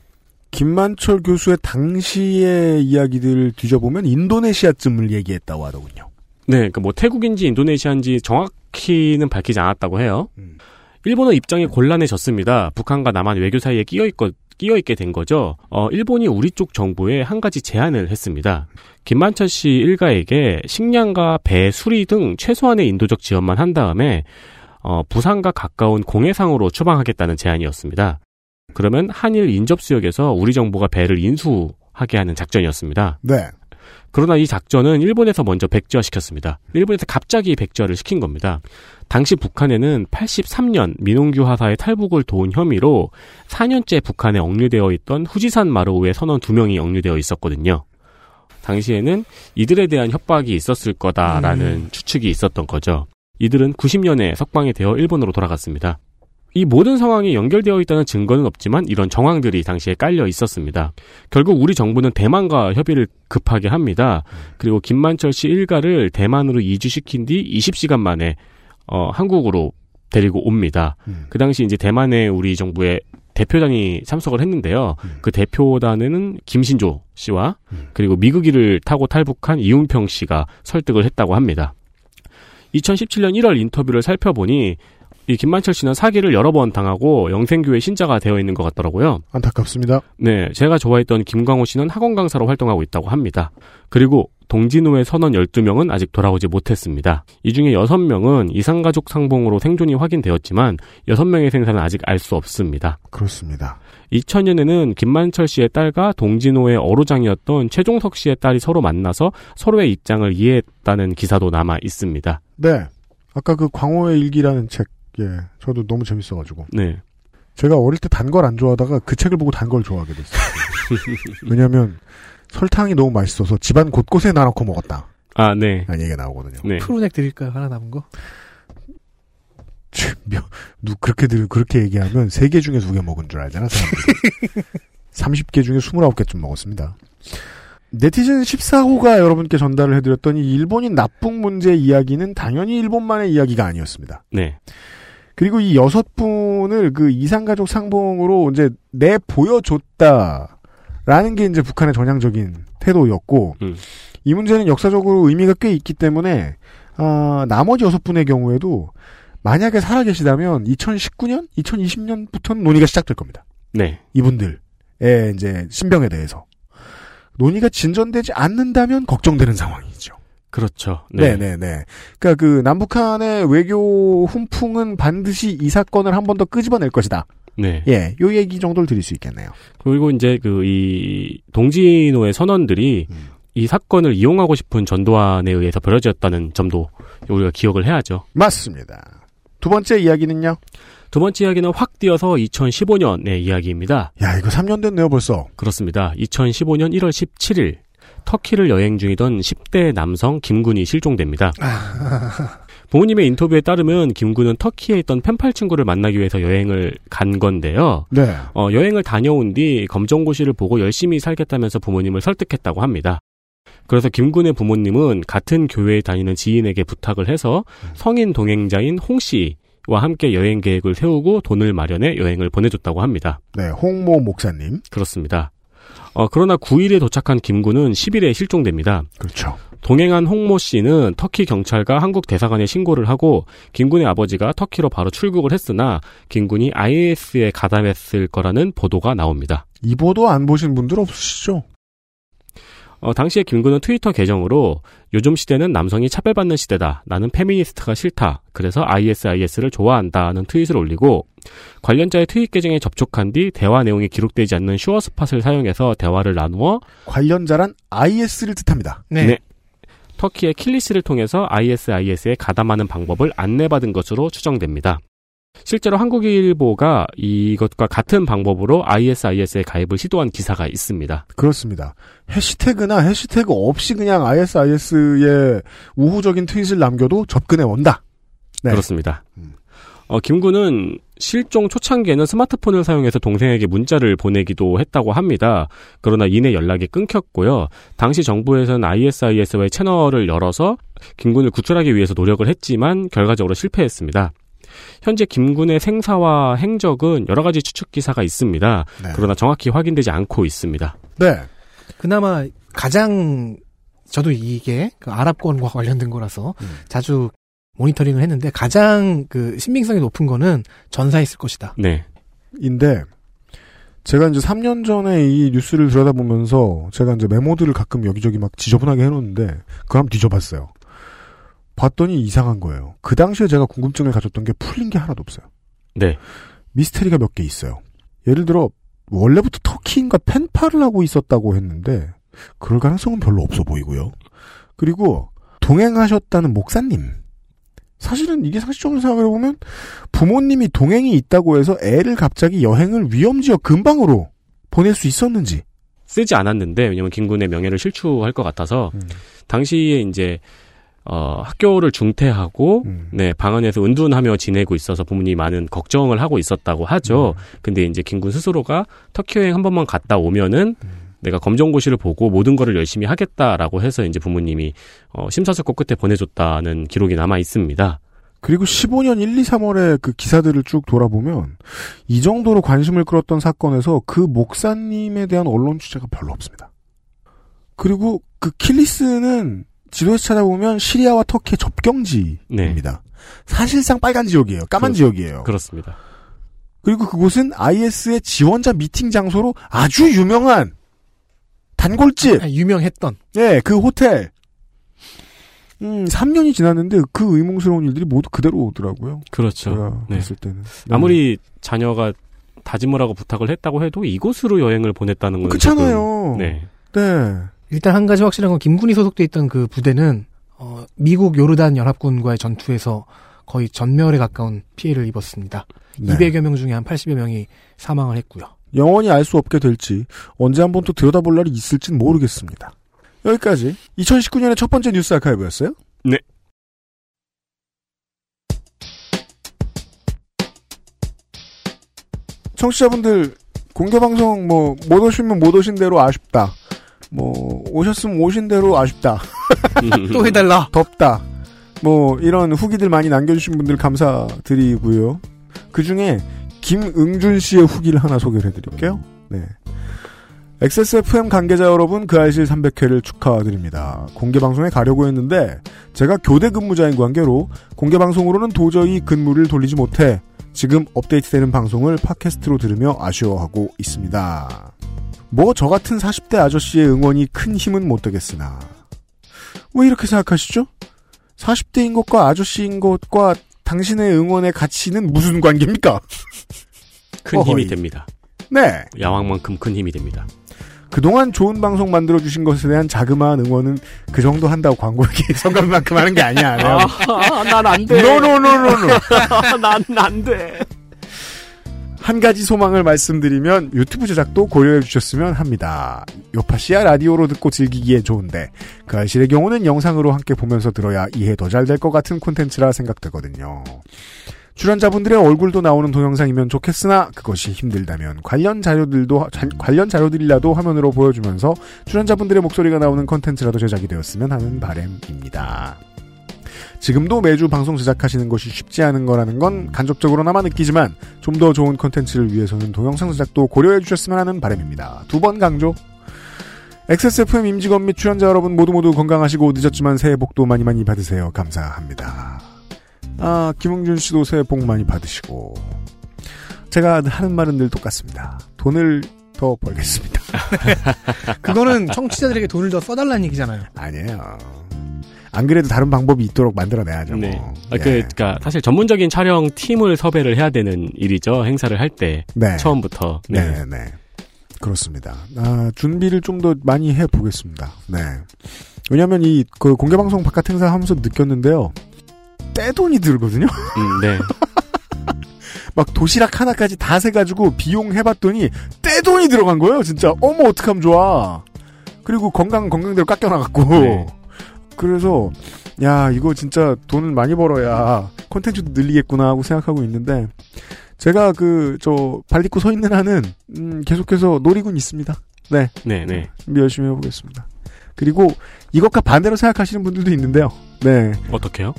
Speaker 2: 김만철 교수의 당시의 이야기들을 뒤져보면 인도네시아쯤을 얘기했다고 하더군요.
Speaker 4: 네, 그러니까 뭐 태국인지 인도네시아인지 정확히는 밝히지 않았다고 해요.
Speaker 2: 음.
Speaker 4: 일본은 입장이 곤란해졌습니다. 북한과 남한 외교 사이에 끼어 있고 끼어 있게 된 거죠. 어, 일본이 우리 쪽 정부에 한 가지 제안을 했습니다. 김만철 씨 일가에게 식량과 배, 수리 등 최소한의 인도적 지원만 한 다음에 어, 부산과 가까운 공해상으로 추방하겠다는 제안이었습니다. 그러면 한일 인접 수역에서 우리 정부가 배를 인수하게 하는 작전이었습니다.
Speaker 2: 네.
Speaker 4: 그러나 이 작전은 일본에서 먼저 백지화시켰습니다. 일본에서 갑자기 백지화를 시킨 겁니다. 당시 북한에는 83년 민홍규 하사의 탈북을 도운 혐의로 4년째 북한에 억류되어 있던 후지산 마루우의 선원 2명이 억류되어 있었거든요. 당시에는 이들에 대한 협박이 있었을 거다라는 추측이 있었던 거죠. 이들은 90년에 석방이 되어 일본으로 돌아갔습니다. 이 모든 상황이 연결되어 있다는 증거는 없지만 이런 정황들이 당시에 깔려 있었습니다. 결국 우리 정부는 대만과 협의를 급하게 합니다. 그리고 김만철 씨 일가를 대만으로 이주시킨 뒤 20시간 만에 어, 한국으로 데리고 옵니다. 그 당시 이제 대만에 우리 정부의 대표단이 참석을 했는데요. 그 대표단에는 김신조 씨와 그리고 미국기를 타고 탈북한 이운평 씨가 설득을 했다고 합니다. 2017년 1월 인터뷰를 살펴보니 이 김만철 씨는 사기를 여러 번 당하고 영생교회 신자가 되어 있는 것 같더라고요.
Speaker 2: 안타깝습니다.
Speaker 4: 네, 제가 좋아했던 김광호 씨는 학원 강사로 활동하고 있다고 합니다. 그리고 동진호의 선원 12명은 아직 돌아오지 못했습니다. 이 중에 6명은 이상가족 상봉으로 생존이 확인되었지만 6명의 생사는 아직 알 수 없습니다.
Speaker 2: 그렇습니다.
Speaker 4: 2000년에는 김만철 씨의 딸과 동진호의 어로장이었던 최종석 씨의 딸이 서로 만나서 서로의 입장을 이해했다는 기사도 남아 있습니다.
Speaker 2: 네. 아까 그 광호의 일기라는 책, 예, 저도 너무 재밌어가지고.
Speaker 4: 네.
Speaker 2: 제가 어릴 때 단 걸 안 좋아하다가 그 책을 보고 단 걸 좋아하게 됐어요. 왜냐면, 하 설탕이 너무 맛있어서 집안 곳곳에 나눠고 먹었다.
Speaker 4: 아, 네.
Speaker 2: 라는 얘기가 나오거든요.
Speaker 4: 네.
Speaker 3: 프로넥 드릴까요? 하나 남은 거?
Speaker 2: 참, 며- 누 그렇게 들 그렇게 얘기하면 세 개 중에 두 개 먹은 줄 알잖아. 사람들이. 30개 중에 29개쯤 먹었습니다. 네티즌 14호가 여러분께 전달을 해드렸던 이 일본인 납북 문제 이야기는 당연히 일본만의 이야기가 아니었습니다.
Speaker 4: 네.
Speaker 2: 그리고 이 여섯 분을 그 이상가족 상봉으로 이제 내 보여줬다. 라는 게 이제 북한의 전향적인 태도였고,
Speaker 4: 음.
Speaker 2: 이 문제는 역사적으로 의미가 꽤 있기 때문에, 아, 나머지 여섯 분의 경우에도, 만약에 살아계시다면 2019년, 2020년부터는 논의가 시작될 겁니다.
Speaker 4: 네.
Speaker 2: 이분들의 이제 신병에 대해서. 논의가 진전되지 않는다면 걱정되는 상황이죠.
Speaker 4: 그렇죠.
Speaker 2: 네, 네, 네. 그러니까 그 남북한의 외교 훈풍은 반드시 이 사건을 한 번 더 끄집어낼 것이다.
Speaker 4: 네.
Speaker 2: 예, 요 얘기 정도를 드릴 수 있겠네요.
Speaker 4: 그리고 이제 그 이 동진호의 선원들이 이 사건을 이용하고 싶은 전두환에 의해서 벌어졌다는 점도 우리가 기억을 해야죠.
Speaker 2: 맞습니다. 두 번째 이야기는요.
Speaker 4: 두 번째 이야기는 확 뛰어서 2015년의 이야기입니다.
Speaker 2: 야, 이거 3년 됐네요, 벌써.
Speaker 4: 그렇습니다. 2015년 1월 17일 터키를 여행 중이던 10대 남성 김군이 실종됩니다. 부모님의 인터뷰에 따르면 김군은 터키에 있던 펜팔 친구를 만나기 위해서 여행을 간 건데요.
Speaker 2: 네.
Speaker 4: 어, 여행을 다녀온 뒤 검정고시를 보고 열심히 살겠다면서 부모님을 설득했다고 합니다. 그래서 김군의 부모님은 같은 교회에 다니는 지인에게 부탁을 해서 성인 동행자인 홍 씨와 함께 여행 계획을 세우고 돈을 마련해 여행을 보내줬다고 합니다.
Speaker 2: 네, 홍모 목사님.
Speaker 4: 그렇습니다. 어, 그러나 9일에 도착한 김군은 10일에 실종됩니다.
Speaker 2: 그렇죠.
Speaker 4: 동행한 홍모 씨는 터키 경찰과 한국 대사관에 신고를 하고 김군의 아버지가 터키로 바로 출국을 했으나 김군이 IS에 가담했을 거라는 보도가 나옵니다.
Speaker 2: 이 보도 안 보신 분들 없으시죠?
Speaker 4: 어, 당시에 김군은 트위터 계정으로 요즘 시대는 남성이 차별받는 시대다. 나는 페미니스트가 싫다. 그래서 ISIS를 좋아한다는 트윗을 올리고 관련자의 트윗 계정에 접촉한 뒤 대화 내용이 기록되지 않는 슈어스팟을 사용해서 대화를 나누어
Speaker 2: 관련자란 IS를 뜻합니다.
Speaker 3: 네.
Speaker 4: 네. 터키의 킬리스를 통해서 ISIS에 가담하는 방법을 안내받은 것으로 추정됩니다. 실제로 한국일보가 이것과 같은 방법으로 ISIS에 가입을 시도한 기사가 있습니다.
Speaker 2: 그렇습니다. 해시태그나 해시태그 없이 그냥 ISIS의 우호적인 트윗을 남겨도 접근해 온다. 네.
Speaker 4: 그렇습니다. 어, 김군은 실종 초창기에는 스마트폰을 사용해서 동생에게 문자를 보내기도 했다고 합니다. 그러나 이내 연락이 끊겼고요. 당시 정부에서는 ISIS와의 채널을 열어서 김군을 구출하기 위해서 노력을 했지만 결과적으로 실패했습니다. 현재 김군의 생사와 행적은 여러 가지 추측 기사가 있습니다.
Speaker 2: 네.
Speaker 4: 그러나 정확히 확인되지 않고 있습니다.
Speaker 2: 네.
Speaker 3: 그나마 가장 저도 이게 그 아랍권과 관련된 거라서 자주 모니터링을 했는데 가장 그 신빙성이 높은 거는 전사했을 것이다.
Speaker 4: 네.
Speaker 2: 인데 제가 이제 3년 전에 이 뉴스를 들여다보면서 제가 이제 메모들을 가끔 여기저기 막 지저분하게 해놓는데 그거 한번 뒤져봤어요. 봤더니 이상한 거예요. 그 당시에 제가 궁금증을 가졌던 게 풀린 게 하나도 없어요.
Speaker 4: 네.
Speaker 2: 미스테리가 몇 개 있어요. 예를 들어 원래부터 터키인과 펜팔을 하고 있었다고 했는데 그럴 가능성은 별로 없어 보이고요. 그리고 동행하셨다는 목사님. 사실은 이게 상식적으로 생각해 보면 부모님이 동행이 있다고 해서 애를 갑자기 여행을 위험지역 근방으로 보낼 수 있었는지.
Speaker 4: 쓰지 않았는데 왜냐면 김군의 명예를 실추할 것 같아서
Speaker 2: 음.
Speaker 4: 당시에 이제 어, 학교를 중퇴하고
Speaker 2: 음.
Speaker 4: 네, 방 안에서 은둔하며 지내고 있어서 부모님이 많은 걱정을 하고 있었다고 하죠.
Speaker 2: 음.
Speaker 4: 근데 이제 김군 스스로가 터키 여행 한 번만 갔다 오면은
Speaker 2: 음.
Speaker 4: 내가 검정고시를 보고 모든 거를 열심히 하겠다라고 해서 이제 부모님이 어, 심사숙고 끝에 보내줬다는 기록이 남아 있습니다.
Speaker 2: 그리고 15년 1, 2, 3월에 그 기사들을 쭉 돌아보면 이 정도로 관심을 끌었던 사건에서 그 목사님에 대한 언론 취재가 별로 없습니다. 그리고 그 킬리스는 지도에서 찾아보면 시리아와 터키의 접경지입니다. 네. 사실상 빨간 지역이에요. 까만
Speaker 4: 그렇-
Speaker 2: 지역이에요.
Speaker 4: 그렇습니다.
Speaker 2: 그리고 그곳은 IS의 지원자 미팅 장소로 아주 유명한 단골집.
Speaker 3: 아, 유명했던
Speaker 2: 예, 그 호텔. 음, 3년이 지났는데 그 의문스러운 일들이 모두 그대로 오더라고요.
Speaker 4: 그렇죠.
Speaker 2: 제가
Speaker 4: 네.
Speaker 2: 했을 때는. 네.
Speaker 4: 아무리 자녀가 다짐을 하고 부탁을 했다고 해도 이곳으로 여행을 보냈다는 건
Speaker 2: 어, 그렇잖아요.
Speaker 4: 조금- 네.
Speaker 2: 네.
Speaker 3: 일단 한 가지 확실한 건 김군이 소속돼 있던 그 부대는 어, 미국 요르단 연합군과의 전투에서 거의 전멸에 가까운 피해를 입었습니다.
Speaker 2: 네.
Speaker 3: 200여 명 중에 한 80여 명이 사망을 했고요.
Speaker 2: 영원히 알 수 없게 될지 언제 한번 또 들여다볼 날이 있을진 모르겠습니다. 여기까지 2019년의 첫 번째 뉴스 아카이브였어요.
Speaker 4: 네.
Speaker 2: 청취자분들 공개방송 뭐 못 오시면 못 오신 대로 아쉽다. 뭐 오셨으면 오신 대로 아쉽다.
Speaker 4: 음.
Speaker 3: 또 해달라.
Speaker 2: 덥다. 뭐 이런 후기들 많이 남겨주신 분들 감사드리고요. 그 중에 김응준 씨의 후기를 하나 소개를 해드릴게요. 네. XSFM 관계자 여러분 그 아이실 300회를 축하드립니다. 공개방송에 가려고 했는데 제가 교대 근무자인 관계로 공개방송으로는 도저히 근무를 돌리지 못해 지금 업데이트되는 방송을 팟캐스트로 들으며 아쉬워하고 있습니다. 뭐 저 같은 40대 아저씨의 응원이 큰 힘은 못 되겠으나 왜뭐 이렇게 생각하시죠? 40대인 것과 아저씨인 것과 당신의 응원의 가치는 무슨 관계입니까?
Speaker 4: 큰
Speaker 2: 어허이.
Speaker 4: 힘이 됩니다.
Speaker 2: 네.
Speaker 4: 야왕만큼 큰 힘이 됩니다.
Speaker 2: 그동안 좋은 방송 만들어주신 것에 대한 자그마한 응원은 그 정도 한다고 광고에 성감만큼 하는 게 아니야. 내가
Speaker 4: 난안
Speaker 2: 노노노노노.
Speaker 4: 난안 돼.
Speaker 2: 한 가지 소망을 말씀드리면 유튜브 제작도 고려해 주셨으면 합니다. 요파씨야 라디오로 듣고 즐기기에 좋은데 그 알실의 경우는 영상으로 함께 보면서 들어야 이해 더 잘 될 것 같은 콘텐츠라 생각되거든요. 출연자분들의 얼굴도 나오는 동영상이면 좋겠으나 그것이 힘들다면 관련 자료들도 자- 관련 자료들이라도 화면으로 보여주면서 출연자분들의 목소리가 나오는 콘텐츠라도 제작이 되었으면 하는 바람입니다. 지금도 매주 방송 제작하시는 것이 쉽지 않은 거라는 건 간접적으로나마 느끼지만 좀 더 좋은 컨텐츠를 위해서는 동영상 제작도 고려해 주셨으면 하는 바람입니다. 두 번 강조. XSFM 임직원 및 출연자 여러분 모두 모두 건강하시고 늦었지만 새해 복도 많이 많이 받으세요. 감사합니다. 아, 김웅준 씨도 새해 복 많이 받으시고. 제가 하는 말은 늘 똑같습니다. 돈을 더 벌겠습니다.
Speaker 3: 그거는 청취자들에게 돈을 더 써달라는 얘기잖아요.
Speaker 2: 아니에요. 안 그래도 다른 방법이 있도록 만들어내야죠. 뭐.
Speaker 4: 네. 아,
Speaker 2: 예.
Speaker 4: 그, 그니까, 사실 전문적인 촬영 팀을 섭외를 해야 되는 일이죠. 행사를 할 때.
Speaker 2: 네.
Speaker 4: 처음부터. 네.
Speaker 2: 네, 네. 그렇습니다. 아, 준비를 좀 더 많이 해 보겠습니다. 네. 왜냐면 하 이그 공개 방송 바깥 행사 하면서 느꼈는데요. 떼돈이 들거든요.
Speaker 4: 음, 네.
Speaker 2: 막 도시락 하나까지 다세 가지고 비용 해 봤더니 떼돈이 들어간 거예요, 진짜. 어머, 어떡하면 좋아. 그리고 건강 건강대로 깎여 나갔고.
Speaker 4: 네.
Speaker 2: 그래서 야, 이거 진짜 돈을 많이 벌어야 콘텐츠도 늘리겠구나 하고 생각하고 있는데 제가 그 저 발딛고 서 있는 한은 음, 계속해서 노리고 있습니다.
Speaker 4: 네, 네.
Speaker 2: 준비 열심히 해보겠습니다. 그리고 이것과 반대로 생각하시는 분들도 있는데요. 네.
Speaker 4: 어떻게요?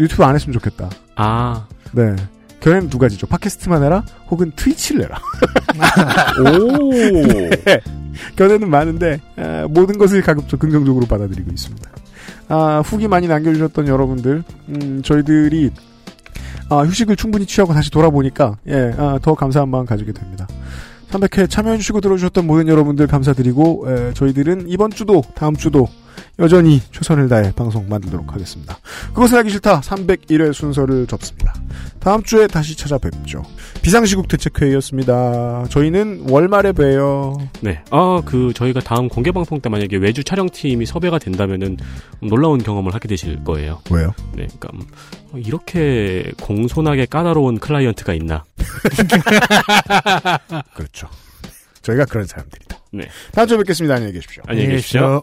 Speaker 2: 유튜브 안 했으면 좋겠다.
Speaker 4: 아.
Speaker 2: 네. 결에는 두 가지죠. 팟캐스트만 해라, 혹은 트위치를 해라.
Speaker 4: 오.
Speaker 2: 견해는 많은데 에, 모든 것을 가급적 긍정적으로 받아들이고 있습니다. 아, 후기 많이 남겨주셨던 여러분들, 음, 저희들이 아, 휴식을 충분히 취하고 다시 돌아보니까 예, 아, 더 감사한 마음 가지게 됩니다. 300회 참여해주시고 들어주셨던 모든 여러분들 감사드리고 에, 저희들은 이번 주도 다음 주도 여전히 최선을 다해 방송 만들도록 하겠습니다. 그것은 하기 싫다 301회 순서를 접습니다. 다음 주에 다시 찾아뵙죠. 비상시국 대책회의였습니다. 저희는 월말에 봬요.
Speaker 4: 네. 아, 그, 저희가 다음 공개방송 때 만약에 외주 촬영팀이 섭외가 된다면은 놀라운 경험을 하게 되실 거예요.
Speaker 2: 왜요?
Speaker 4: 네. 그니까, 이렇게 공손하게 까다로운 클라이언트가 있나.
Speaker 2: 그렇죠. 저희가 그런 사람들이다.
Speaker 4: 네.
Speaker 2: 다음 주에 뵙겠습니다. 안녕히 계십시오.
Speaker 4: 안녕히 계십시오.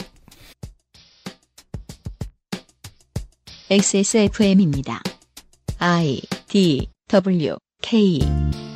Speaker 1: XSFM입니다. I D W K